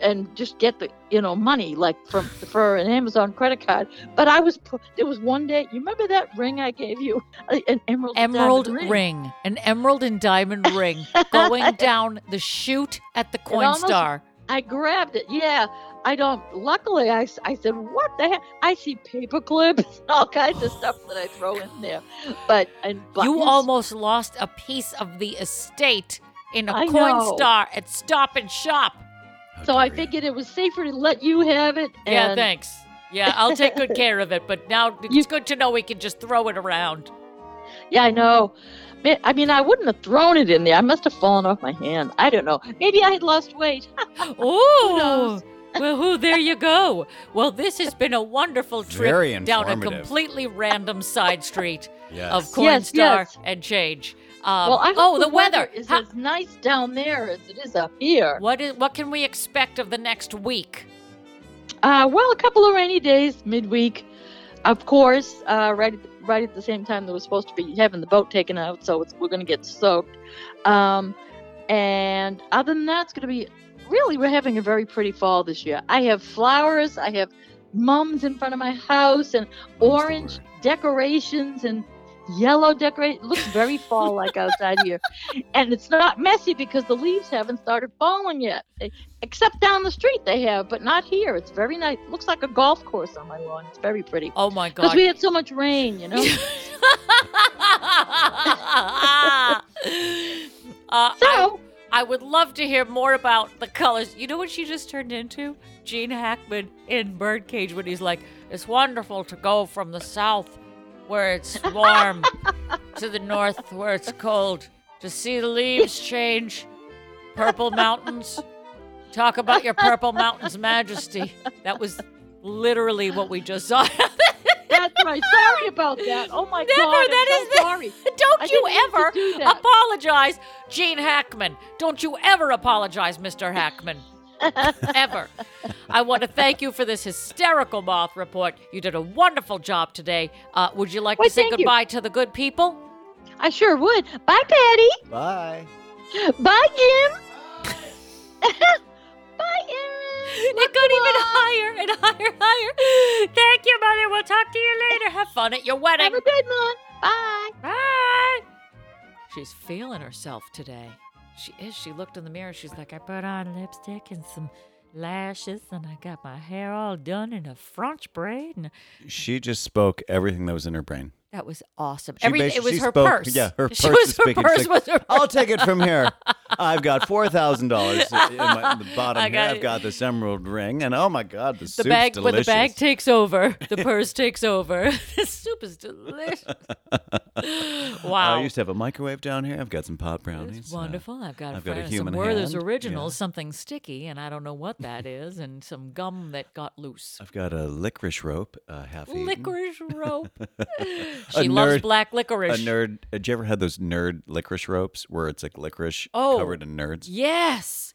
K: and just get the you know money like from for an Amazon credit card. But I was pu- there was one day. You remember that ring I gave you, an emerald diamond
E: emerald ring.
K: ring.
E: an emerald and diamond ring going down the chute at the coin
K: almost-
E: star.
K: I grabbed it. Yeah, I don't. Luckily, I, s- I said, "What the heck?" I see paper clips, all kinds of stuff that I throw in there. But and
E: You
K: buttons.
E: almost lost a piece of the estate in a
K: I
E: coin
K: know.
E: star at Stop and Shop.
F: How
K: So I
F: dare you.
K: figured it was safer to let you have it.
E: yeah,
K: and-
E: thanks. Yeah, I'll take good care of it, but now it's
K: You-
E: good to know we can just throw it around.
K: Yeah, I know. Ma- I mean, I wouldn't have thrown it in there. I must have fallen off my hand. I don't know. Maybe I had lost weight.
E: Ooh.
K: knows?
E: Well, who, there you go. Well, this has been a wonderful trip
F: Very
E: down a
F: informative.
E: completely random side street
F: Yes.
E: of Coinstar
K: Yes, yes.
E: and change. Um,
K: well, I hope
E: oh, the, weather.
K: is
E: How-
K: as nice down there as it is up here.
E: What is what can we expect of the next week?
K: Uh, well, a couple of rainy days midweek, of course, uh, right right at the same time that we're supposed to be having the boat taken out, so it's, we're going to get soaked. Um, and other than that, it's going to be really, we're having a very pretty fall this year. I have flowers, I have mums in front of my house, and orange decorations and yellow decorate looks very fall like outside here and it's not messy because the leaves haven't started falling yet Eh, except down the street they have but not here it's very nice looks like a golf course on my lawn it's very pretty
E: Oh my
K: because
E: god.
K: we had so much rain you
E: uh,
K: know
E: I,
K: so
E: I would love to hear more about the colors. You know what she just turned into? Gene Hackman in Birdcage when he's like, it's wonderful to go from the south where it's warm to the north where it's cold to see the leaves change, purple mountains. Talk about your purple mountains majesty. That was literally what we just saw.
K: that's right sorry about that oh my
E: Never,
K: god I'm
E: that
K: so
E: is the-
K: sorry I
E: Don't you
K: didn't mean to
E: ever
K: do that.
E: apologize, Gene Hackman. Don't you ever apologize, Mr. Hackman. ever. I want to thank you for this hysterical moth report. You did a wonderful job today. Uh, would you like
K: Why,
E: to say
K: thank you.
E: goodbye to the good people?
K: i sure would bye patty
F: Bye.
K: bye jim bye Erin.
E: It got even higher and higher, higher. Thank you, Mother. We'll talk to you later. Have fun at your wedding.
K: have a good one bye
E: Bye. She's feeling herself today. She is. She looked in the mirror. She's like, I put on lipstick and some lashes, and I got my hair all done in a French braid. And
F: She just spoke everything that was in her brain.
E: that was awesome.
F: She
E: Everything.
F: basi-
E: It was
F: she
E: her
F: spoke-
E: purse.
F: Yeah, her purse.
E: She was
F: is
E: her
F: speaking.
E: purse.
F: She's like,
E: Was her
F: I'll take it from here. I've got four thousand dollars in my in the bottom
E: I
F: here.
E: got
F: I've
E: it.
F: got this emerald ring, and oh my god, the,
E: the
F: soup's
E: bag when
F: delicious.
E: the bag takes over, the purse takes over. the soup is delicious. wow.
F: Uh, I used to have a microwave down here. I've got some pot brownies.
E: It's
F: uh,
E: Oh. wonderful. I've got a
F: I've got a
E: friend of
F: human
E: some Werther's
F: hand,
E: originals,
F: yeah.
E: something sticky, and I don't know what that is, and some gum that got loose.
F: I've got a licorice rope, uh, half eaten.
E: Licorice rope.
F: A
E: she loves
F: nerd-
E: black
F: A
E: licorice.
F: nerd. Did you ever had those nerd licorice ropes where it's like licorice
E: Oh.
F: covered in nerds?
E: Yes.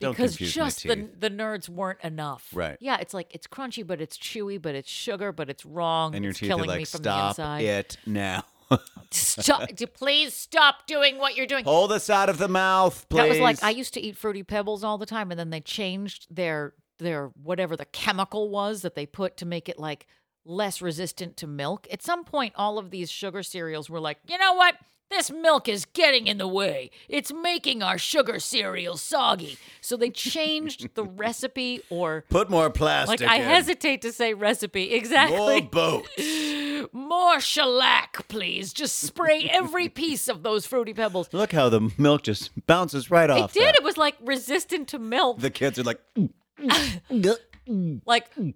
F: Don't
E: Because
F: confuse my
E: just the,
F: teeth.
E: the nerds weren't enough.
F: Right.
E: Yeah, it's like it's crunchy, but it's chewy, but it's sugar, but it's wrong.
F: And your
E: it's
F: teeth are
E: killing me
F: like,
E: from
F: stop
E: the inside.
F: it now.
E: Stop! Please stop doing what you're doing.
F: Hold this out of the mouth, please.
E: That was like I used to eat fruity pebbles all the time, and then they changed their their whatever the chemical was that they put to make it like less resistant to milk. At some point, all of these sugar cereals were like, you know what? This milk is getting in the way. It's making our sugar cereal soggy. So they changed the recipe, or
F: Put more plastic.
E: like I
F: in.
E: hesitate to say recipe exactly.
F: More boat.
E: More shellac, please. Just spray every piece of those fruity pebbles.
F: Look how the milk just bounces right
E: It
F: off.
E: did.
F: that.
E: It was like resistant to milk.
F: The kids are like,
E: like
F: Hmm.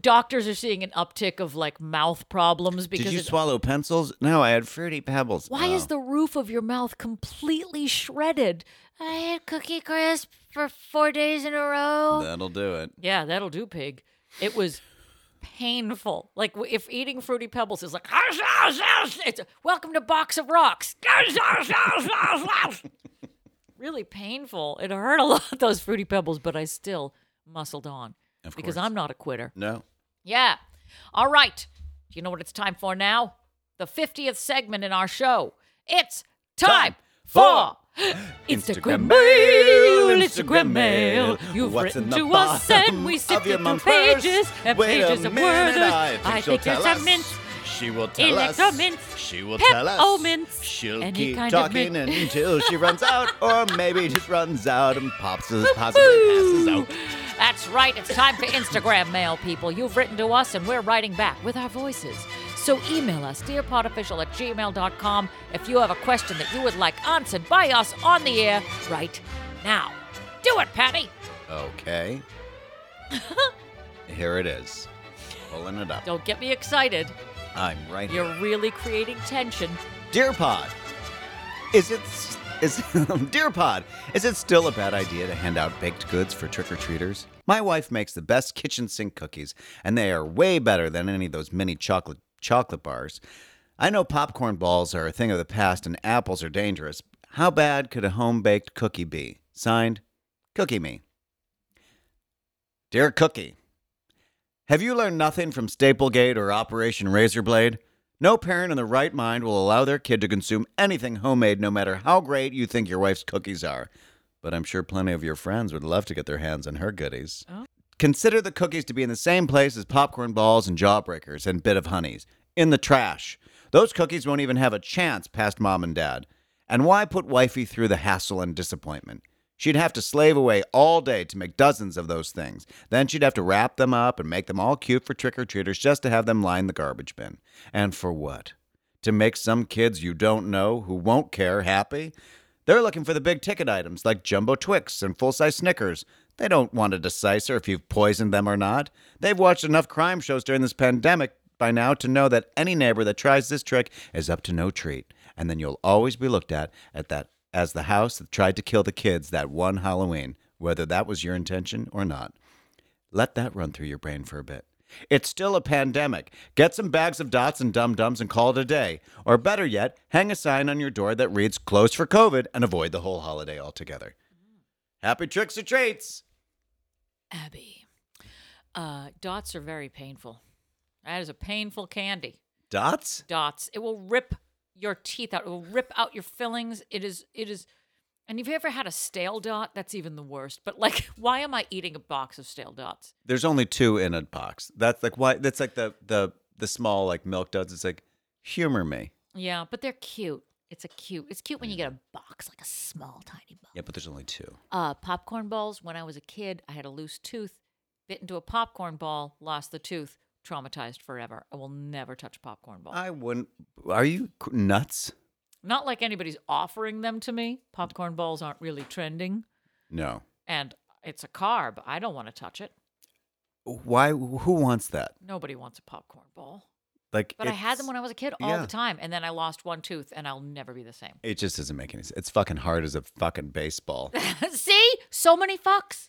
E: doctors are seeing an uptick of like mouth problems because
F: did you
E: it's-
F: swallow pencils? No, I had fruity pebbles.
E: why
F: Oh.
E: is the roof of your mouth completely shredded?
I: I had Cookie Crisp for four days in a row.
F: That'll do it.
E: Yeah, that'll do, pig. It was painful. Like w- if eating fruity pebbles is like "Ah, "Hush, hush, hush," it's welcome to box of rocks. Hush, hush, hush, hush, hush. really painful. It hurt a lot those fruity pebbles, but I still muscled on
F: Of
E: because
F: course.
E: I'm not a quitter.
F: No.
E: Yeah. All right. Do you know what it's time for now? The 50th segment in our show. It's time,
F: Time
E: for
F: for
E: Instagram mail, Instagram mail. You've
F: What's in
E: written
F: the
E: to us and
F: bottom
E: we
F: of
E: sift
F: your
E: it through
F: mum first?
E: pages and
F: Wait a
E: pages of
F: minute,
E: words.
F: I think she'll
E: there's
F: tell
E: some
F: us.
E: mints.
F: She will tell us.
E: Electromints,
F: She will tell us.
E: peppermints,
F: She'll
E: any
F: keep
E: kind of
F: talking
E: mint.
F: until she runs out, or maybe just runs out and pops us, possibly passes
E: Boo!
F: out.
E: That's right. It's time for Instagram mail, people. You've written to us, and we're writing back with our voices. So email us, dearpodofficial at gmail.com, if you have a question that you would like answered by us on the air right now. Do it, Patty.
F: Okay. Here it is. Pulling it up.
E: Don't get me excited.
F: I'm right here.
E: You're really creating tension.
F: Dear Pod, is it s- is Dear Pod, is it still a bad idea to hand out baked goods for trick or treaters? My wife makes the best kitchen sink cookies, and they are way better than any of those mini chocolate chocolate bars. I know popcorn balls are a thing of the past and apples are dangerous. How bad could a home baked cookie be? Signed, Cookie Me. Dear Cookie, have you learned nothing from Staplegate or Operation Razorblade? No parent in their right mind will allow their kid to consume anything homemade, no matter how great you think your wife's cookies are. But I'm sure plenty of your friends would love to get their hands on her goodies. Consider the cookies to be in the same place as popcorn balls and jawbreakers and bit of honeys in the trash. Those cookies won't even have a chance past mom and dad. And why put wifey through the hassle and disappointment? She'd have to slave away all day to make dozens of those things. Then she'd have to wrap them up and make them all cute for trick or treaters just to have them line the garbage bin. And for what? To make some kids you don't know who won't care happy? They're looking for the big ticket items like jumbo Twix and full size Snickers. They don't want to decipher if you've poisoned them or not. They've watched enough crime shows during this pandemic by now to know that any neighbor that tries this trick is up to no treat, and then you'll always be looked at at that as the house that tried to kill the kids that one Halloween, whether that was your intention or not. Let that run through your brain for a bit. It's still a pandemic. Get some bags of dots and dum dums and call it a day. Or better yet, hang a sign on your door that reads closed for COVID and avoid the whole holiday altogether. Happy tricks or treats!
E: Abby. Uh, dots are very painful. That is a painful candy.
F: Dots?
E: Dots. It will rip your teeth out. It will rip out your fillings. It is. It is. And if you ever had a stale dot, that's even the worst. But like, why am I eating a box of stale dots?
F: There's only two in a box. That's like why that's like the the the small like milk duds. It's like humor me.
E: Yeah, but they're cute. It's a cute. It's cute when you get a box, like a small, tiny box.
F: Yeah, but there's only two.
E: Uh, popcorn balls. When I was a kid, I had a loose tooth, bit into a popcorn ball, lost the tooth, traumatized forever. I will never touch popcorn balls.
F: I wouldn't. Are you c- nuts?
E: Not like anybody's offering them to me. Popcorn balls aren't really trending,
F: No.
E: and it's a carb. I don't want to touch it.
F: Why? Who wants that?
E: Nobody wants a popcorn ball.
F: Like,
E: But I had them when I was a kid all
F: yeah.
E: the time, and then I lost one tooth, and I'll never be the same.
F: It just doesn't make any sense. It's fucking hard as a fucking baseball.
E: See, so many fucks,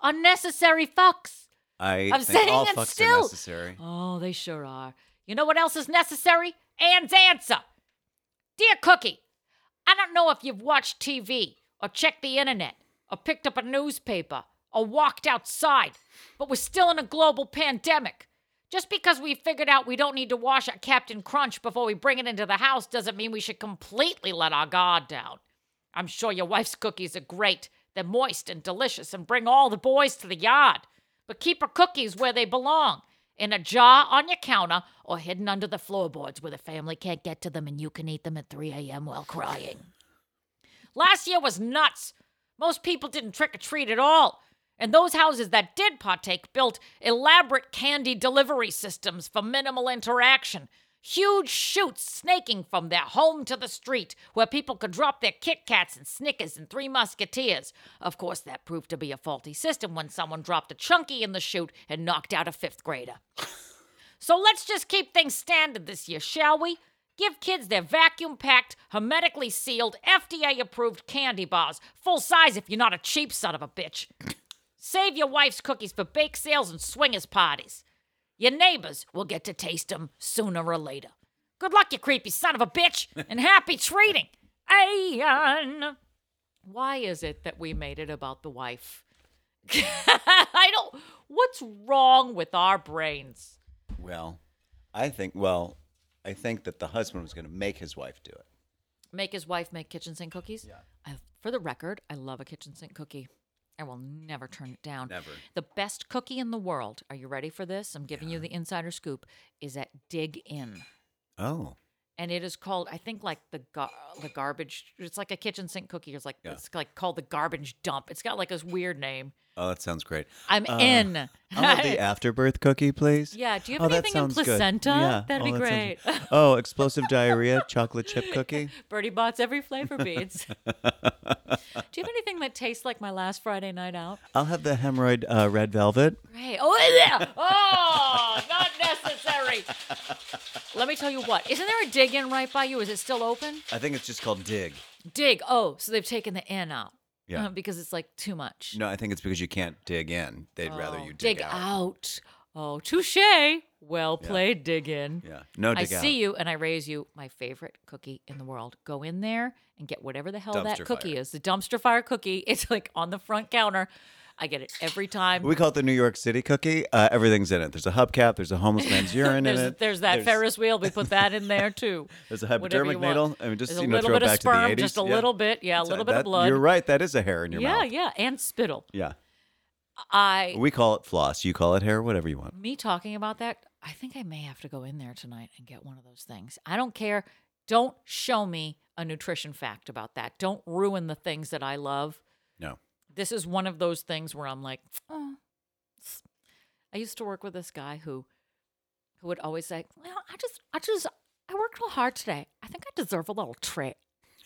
E: unnecessary fucks.
F: I
E: I'm
F: think all
E: saying it
F: fucks
E: still.
F: are necessary.
E: Oh, they sure are. You know what else is necessary? Anne's answer. Dear Cookie, I don't know if you've watched TV or checked the internet or picked up a newspaper or walked outside, but we're still in a global pandemic. Just because we figured out we don't need to wash our Captain Crunch before we bring it into the house doesn't mean we should completely let our guard down. I'm sure your wife's cookies are great. They're moist and delicious and bring all the boys to the yard. But keep her cookies where they belong in a jar on your counter or hidden under the floorboards where the family can't get to them and you can eat them at 3 a.m. while crying. Last year was nuts. Most people didn't trick or treat at all. And those houses that did partake built elaborate candy delivery systems for minimal interaction. Huge chutes snaking from their home to the street, where people could drop their Kit Kats and Snickers and Three Musketeers. Of course, that proved to be a faulty system when someone dropped a chunky in the chute and knocked out a fifth grader. So let's just keep things standard this year, shall we? Give kids their vacuum packed, hermetically sealed, FDA approved candy bars, full size if you're not a cheap son of a bitch. Save your wife's cookies for bake sales and swingers parties. Your neighbors will get to taste them sooner or later. Good luck, you creepy son of a bitch, and happy treating. Ayan. Why is it that we made it about the wife? I don't. What's wrong with our brains?
F: Well, I think. Well, I think that the husband was going to make his wife do it.
E: make his wife make kitchen sink cookies. Yeah. I, for the record, I love a kitchen sink cookie. I will never turn it down.
F: Never.
E: The best cookie in the world. Are you ready for this? I'm giving you the insider scoop. Is at Dig In,
F: Oh,
E: and it is called I think like the gar- the garbage. It's like a kitchen sink cookie. It's like
F: Yeah.
E: it's like called the garbage dump. It's got like this weird name.
F: oh, that sounds great.
E: I'm
F: Uh,
E: in.
F: I want the afterbirth cookie, please. Oh,
E: Yeah, do you have
F: that
E: anything in
F: sounds good.
E: placenta? That'd be
F: that sounds-
E: great.
F: oh, explosive diarrhea, chocolate chip cookie.
E: Birdie bots every flavor beads. do you have anything that tastes like my last Friday night out?
F: I'll have the hemorrhoid uh, red velvet.
E: Right. Oh, yeah. Oh, not necessary. Let me tell you what. Isn't there a dig in right by you? Is it still open?
F: I think it's just called dig.
E: Dig. Oh, so they've taken the in out.
F: Yeah.
E: Uh, because it's like too much.
F: No, I think it's because you can't dig in. They'd rather
E: Oh,
F: you dig, out.
E: out. Oh, touche. Well played, dig in.
F: Yeah. No
E: I
F: dig out.
E: see you and I raise you my favorite cookie in the world. Go in there and get whatever the hell that
F: Dumpster
E: cookie
F: fire.
E: is. The dumpster fire cookie. It's like on the front counter. I get it every time.
F: We call it the New York City cookie. Uh, everything's in it. There's a hubcap. There's a homeless man's urine in
E: there's,
F: it.
E: there's that Ferris wheel. We put that in there too.
F: There's a
E: Whatever you
F: hypodermic
E: want.
F: needle. I mean, just
E: There's a
F: you know,
E: little
F: throw
E: bit of
F: back
E: sperm,
F: to the 80s.
E: just a
F: yeah.
E: little bit. Yeah, a
F: So
E: little bit
F: that-
E: of blood.
F: You're right. That is a hair in your
E: Yeah,
F: mouth.
E: yeah, and spittle.
F: Yeah.
E: I
F: We call it floss. You call it hair. Whatever you want.
E: me talking about that. I think I may have to go in there tonight and get one of those things. I don't care. Don't show me a nutrition fact about that. Don't ruin the things that I love.
F: No.
E: This is one of those things where I'm like, oh. I used to work with this guy who who would always say, "Well, I just I just I worked real hard today. I think I deserve a little treat."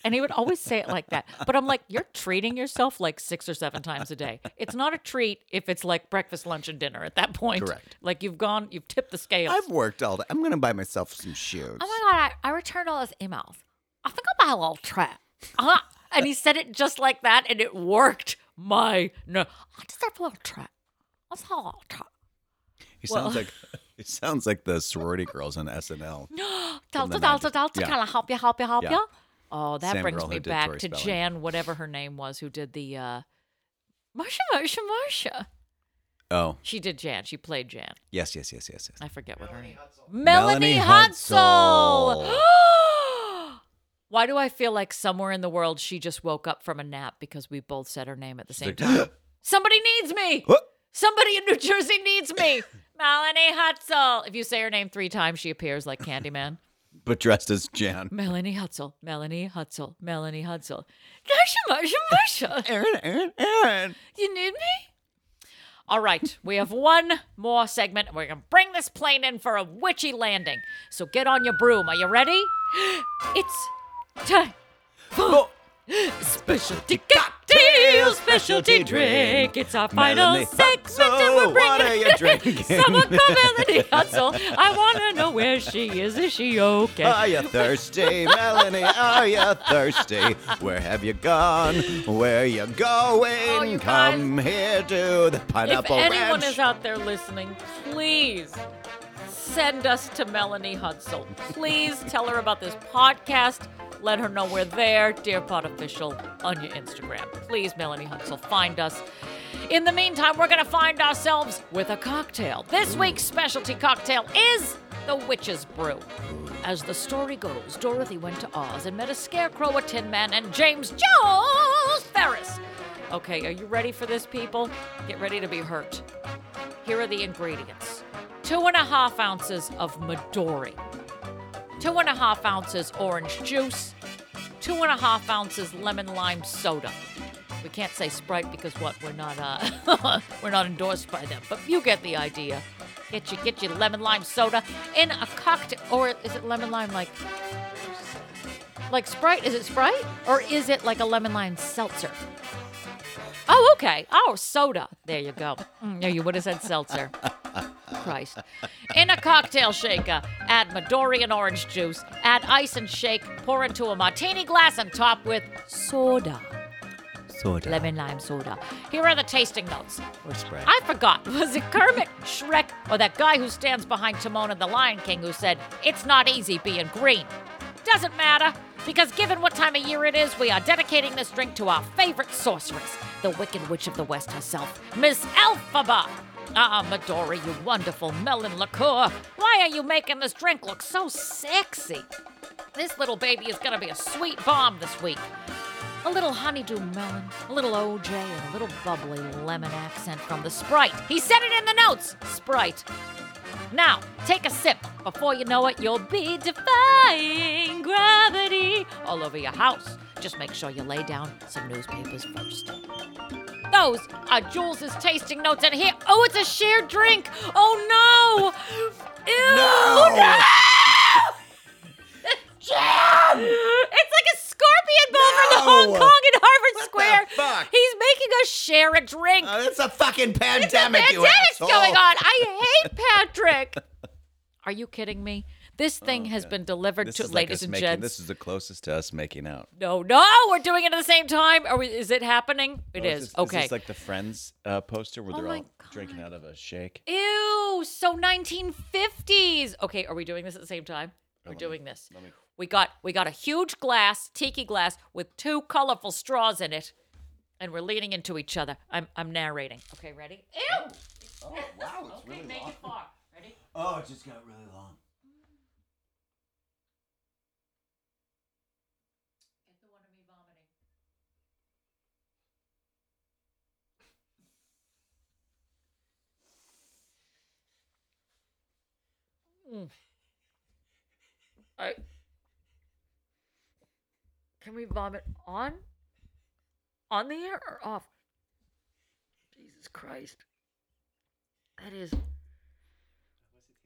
E: And he would always say it like that. But I'm like, "You're treating yourself like 6 or 7 times a day. It's not a treat if it's like breakfast, lunch and dinner at that point."
F: Correct.
E: Like you've gone, you've tipped the scales.
F: I've worked all day. I'm gonna buy myself some shoes.
E: oh my god, I, I returned all his emails. I think I'll buy a little treat. Uh, and he said it just like that, and it worked. My no, I deserve a little treat. Let's have a little treat.
F: He sounds like he sounds like the sorority girls on
E: Delta,
F: SNL. the
E: Delta,
F: 90s.
E: Delta,
F: Yeah.
E: can I help you, help you, help
F: Yeah.
E: you? Oh, that
F: Same
E: brings
F: girl who
E: me
F: did
E: back
F: Tori
E: to
F: Spelling.
E: Jan, whatever her name was, who did the uh, Marsha, Marsha, Marsha.
F: Oh,
E: She did Jan. She played Jan.
F: yes, yes, yes, yes, yes.
E: I forget what her name.
F: Melanie
E: Melanie Hudson.
F: Hudson.
E: Why do I feel like somewhere in the world she just woke up from a nap because we both said her name at the same time? Somebody needs me.
F: What?
E: Somebody in New Jersey needs me. Melanie Hutzel. If you say her name three times, she appears like Candyman.
F: But dressed as Jan.
E: Melanie Hutzel, Melanie Hutzel, Melanie Hutzel. Marsha, Marsha, Marsha.
F: Aaron, Aaron, Aaron.
E: You need me? All right, we have one more segment, and we're gonna bring this plane in for a witchy landing. So get on your broom. Are you ready? It's time.
F: Oh,
E: Specialty cocktail, specialty drink. It's our final
F: Melanie
E: segment,
F: Hudson,
E: and we're
F: what are
E: bringing
F: you drinking?
E: Someone call Melanie Hudson. I wanna know where she is. Is she okay?
F: Are you thirsty, Melanie? Are you thirsty? Where have you gone? Where you going?
E: Oh, you guys-
F: Come here to the
E: If
F: pineapple
E: anyone
F: ranch.
E: is out there listening, please send us to Melanie Hudson. Please tell her about this podcast. Let her know we're there, Dear Pod Official, on your Instagram. Please, Melanie Hudson, find us. In the meantime, we're going to find ourselves with a cocktail. This week's specialty cocktail is the Witch's Brew. As the story goes, Dorothy went to Oz and met a scarecrow, a tin man, and James Jules Ferris. Okay, are you ready for this, people? Get ready to be hurt. Here are the ingredients two and a half ounces of Midori, two and a half ounces orange juice, two and a half ounces lemon lime soda. We can't say Sprite because what we're not uh, we're not endorsed by them, but you get the idea. Get your get your lemon lime soda in a cocktail, or is it lemon lime like like Sprite? Is it Sprite or is it like a lemon lime seltzer? Oh, okay. Oh, soda. There you go. Mm, No, you would have said seltzer. Christ. In a cocktail shaker, add Midori and orange juice. Add ice and shake. Pour into a martini glass and top with soda.
F: Soda.
E: Lemon lime soda. Here are the tasting notes.
F: Or Sprite.
E: I forgot. Was it Kermit, Shrek, or that guy who stands behind Timon and the Lion King who said, It's not easy being green? Doesn't matter, because given what time of year it is, we are dedicating this drink to our favorite sorceress, the Wicked Witch of the West herself, Miss Elphaba. Ah, Midori, you wonderful melon liqueur. Why are you making this drink look so sexy? This little baby is gonna be a sweet bomb this week. A little honeydew melon, a little OJ, and a little bubbly lemon accent from the Sprite. He said it in the notes! Sprite. Now, take a sip. Before you know it, you'll be defying gravity all over your house. Just make sure you lay down some newspapers first. Those are Jules's tasting notes, and here, oh, it's a shared drink. Oh no! Ew!
F: No!
E: It's like a scorpion ball from the
F: No!
E: Hong Kong in Harvard
F: What the
E: Square.
F: fuck?
E: He's making us share a drink.
F: Oh, it's a fucking pandemic,
E: It's a
F: you
E: pandemic's
F: asshole.
E: going on. I hate Patrick. Are you kidding me? This thing has been delivered
F: Oh, This
E: to
F: is like
E: ladies
F: us
E: and
F: making-
E: gents.
F: This is the closest to us making out.
E: No, no, we're doing it at the same time. Are we, is it happening?
F: Oh,
E: It is. okay.
F: It's like the Friends uh, poster where
E: Oh
F: they're
E: my
F: all drinking out of a shake.
E: Ew, so 1950s. Okay, are we doing this at the same time? We're doing this. We got we got a huge glass, tiki glass with two colorful straws in it. and we're leaning into each other. I'm I'm narrating. Okay, ready? Ew!
F: Oh, wow, it's
E: Okay, make it far. Ready?
F: Oh, it just got really long.
E: Get the one of me vomiting. I. Can we vomit on? On the air or off? Jesus Christ. That is.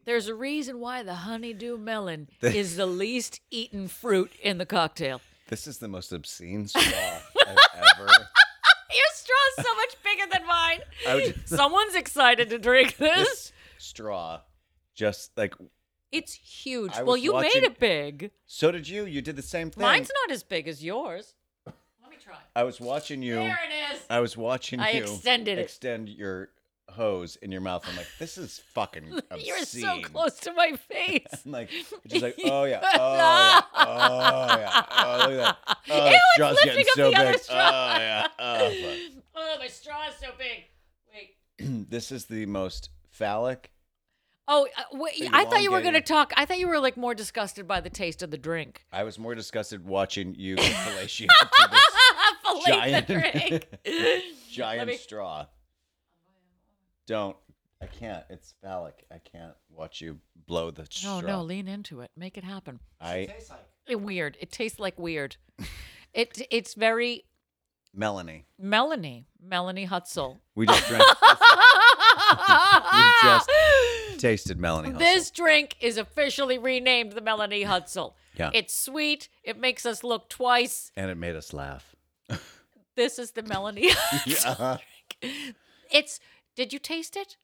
E: There's a reason why the honeydew melon is the least eaten fruit in the cocktail.
F: This is the most obscene straw I've ever.
E: Your straw's so much bigger than mine.
F: I would-
E: Someone's excited to drink this.
F: This straw, just like
E: It's huge.
F: I
E: Well,
F: was
E: you made
F: watching-
E: it big.
F: so did you. You did the same thing.
E: Mine's not as big as yours. Let me try.
F: I was watching you.
E: There it is.
F: I was watching
E: I
F: you
E: extended it.
F: extend your hose in your mouth. I'm like, this is fucking obscene.
E: You're so close to my face.
F: I'm like, she's like, oh yeah, oh yeah, oh yeah, oh look at that. Oh,
E: Ew,
F: the
E: it's
F: straw's
E: lifting
F: getting
E: up
F: so
E: the other
F: big.
E: straw.
F: Oh yeah, oh fuck.
E: oh, my straw is so big. Wait.
F: this is the most phallic.
E: Oh, uh, wait, I thought you were going to
F: Elongated.
E: talk. I thought you were like more disgusted by the taste of the drink.
F: I was more disgusted watching you fellatiate to this
E: Fillet
F: giant,
E: the drink.
F: giant
E: me-
F: straw. Don't. I can't. It's phallic. I can't watch you blow the straw.
E: Oh, No, no, lean into it. Make it happen.
F: I
E: It weird. It tastes like weird. It it's very
F: Melanie.
E: Melanie, Melanie Hutzel.
F: We just drank. we just tasted Melanie. Hustle.
E: Ah! This drink is officially renamed the Melanie Hutzel.
F: Yeah.
E: It's sweet. It makes us look twice.
F: and it made us laugh.
E: This is the Melanie.
F: Yeah.
E: it's did you taste it?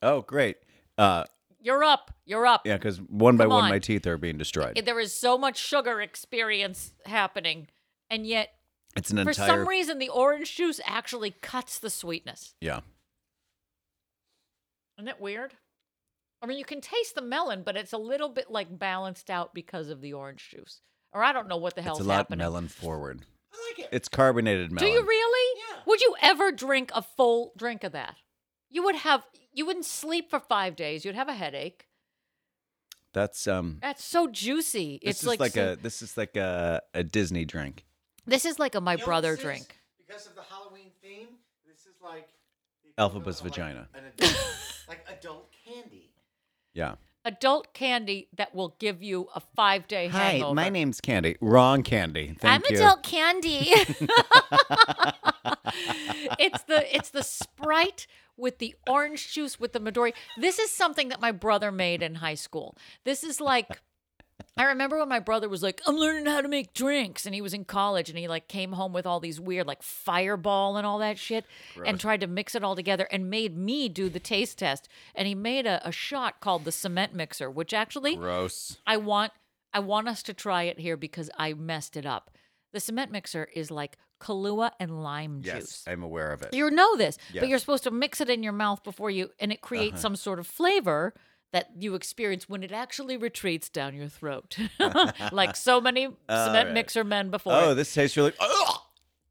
F: Oh, great. Uh,
E: You're up. You're up.
F: yeah, because one by
E: Come
F: one,
E: on.
F: my teeth are being destroyed.
E: There is so much sugar experience happening. And yet
F: it's an
E: for
F: entire.
E: some reason the orange juice actually cuts the sweetness.
F: yeah.
E: Isn't it weird? I mean, you can taste the melon, but it's a little bit like balanced out because of the orange juice. Or I don't know what the hell's
F: It's a lot
E: happening.
F: melon forward. I like it. It's carbonated
E: Do
F: melon.
E: you really? Would you ever drink a full drink of that? You would have you wouldn't sleep for 5 days. You'd have a headache.
F: That's um.
E: That's so juicy.
F: This
E: Eh, it's
F: is
E: like,
F: like,
E: so-
F: a this is like a, a Disney drink.
E: This is like a my brother drink.
L: Because of the Halloween theme, this is like the
F: Alphabet's
L: equivalent of, like,
F: vagina.
L: an adult- like adult candy.
F: Yeah.
E: Adult candy that will give you a 5-day hangover.
F: Hi, my name's Candy. Wrong Candy. Thank
J: I'm
F: you.
J: adult candy.
E: it's the it's the Sprite with the orange juice with the Midori. This is something that my brother made in high school. This is like I remember when my brother was like, "I'm learning how to make drinks," and he was in college, and he like came home with all these weird like Fireball and all that shit, and tried to mix it all together, and made me do the taste test, and he made a, a shot called the cement mixer, which actually
F: Gross.
E: I want I want us to try it here because I messed it up. The cement mixer is like Kahlua and lime
F: Yes,
E: juice.
F: I'm aware of it.
E: You know this, but
F: Yes. Uh-huh.
E: you're supposed to mix it in your mouth before you, and it creates some sort of flavor that you experience when it actually retreats down your throat, like so many cement
F: right.
E: mixer men before.
F: oh,
E: it.
F: this tastes really. Ugh!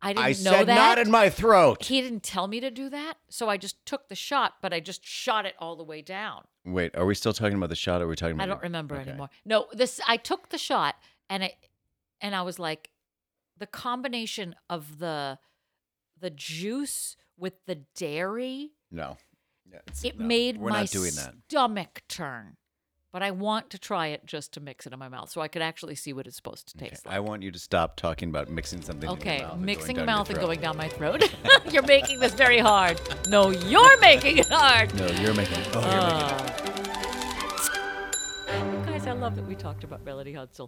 E: I didn't
F: I
E: know
F: said
E: that.
F: not in my throat.
E: he didn't tell me to do that, so I just took the shot, but I just shot it all the way down.
F: Wait, are we still talking about the shot? Or are we talking about?
E: I
F: your-
E: don't remember
F: Okay.
E: anymore. No, this I took the shot and it and I was like the combination of the the juice with the dairy
F: No. Yeah, it's-
E: it
F: no,
E: made
F: We're
E: my
F: not doing that.
E: stomach turn. But I want to try it just to mix it in my mouth so I could actually see what it's supposed to taste
F: I want you to stop talking about mixing something.
E: like. Okay, mixing
F: a
E: mouth and going down my throat. you're making this very hard. No, you're making it hard.
F: No, you're making.
E: Uh,
F: Oh, you're making.
E: Guys, I love that we talked about Melody Hudson.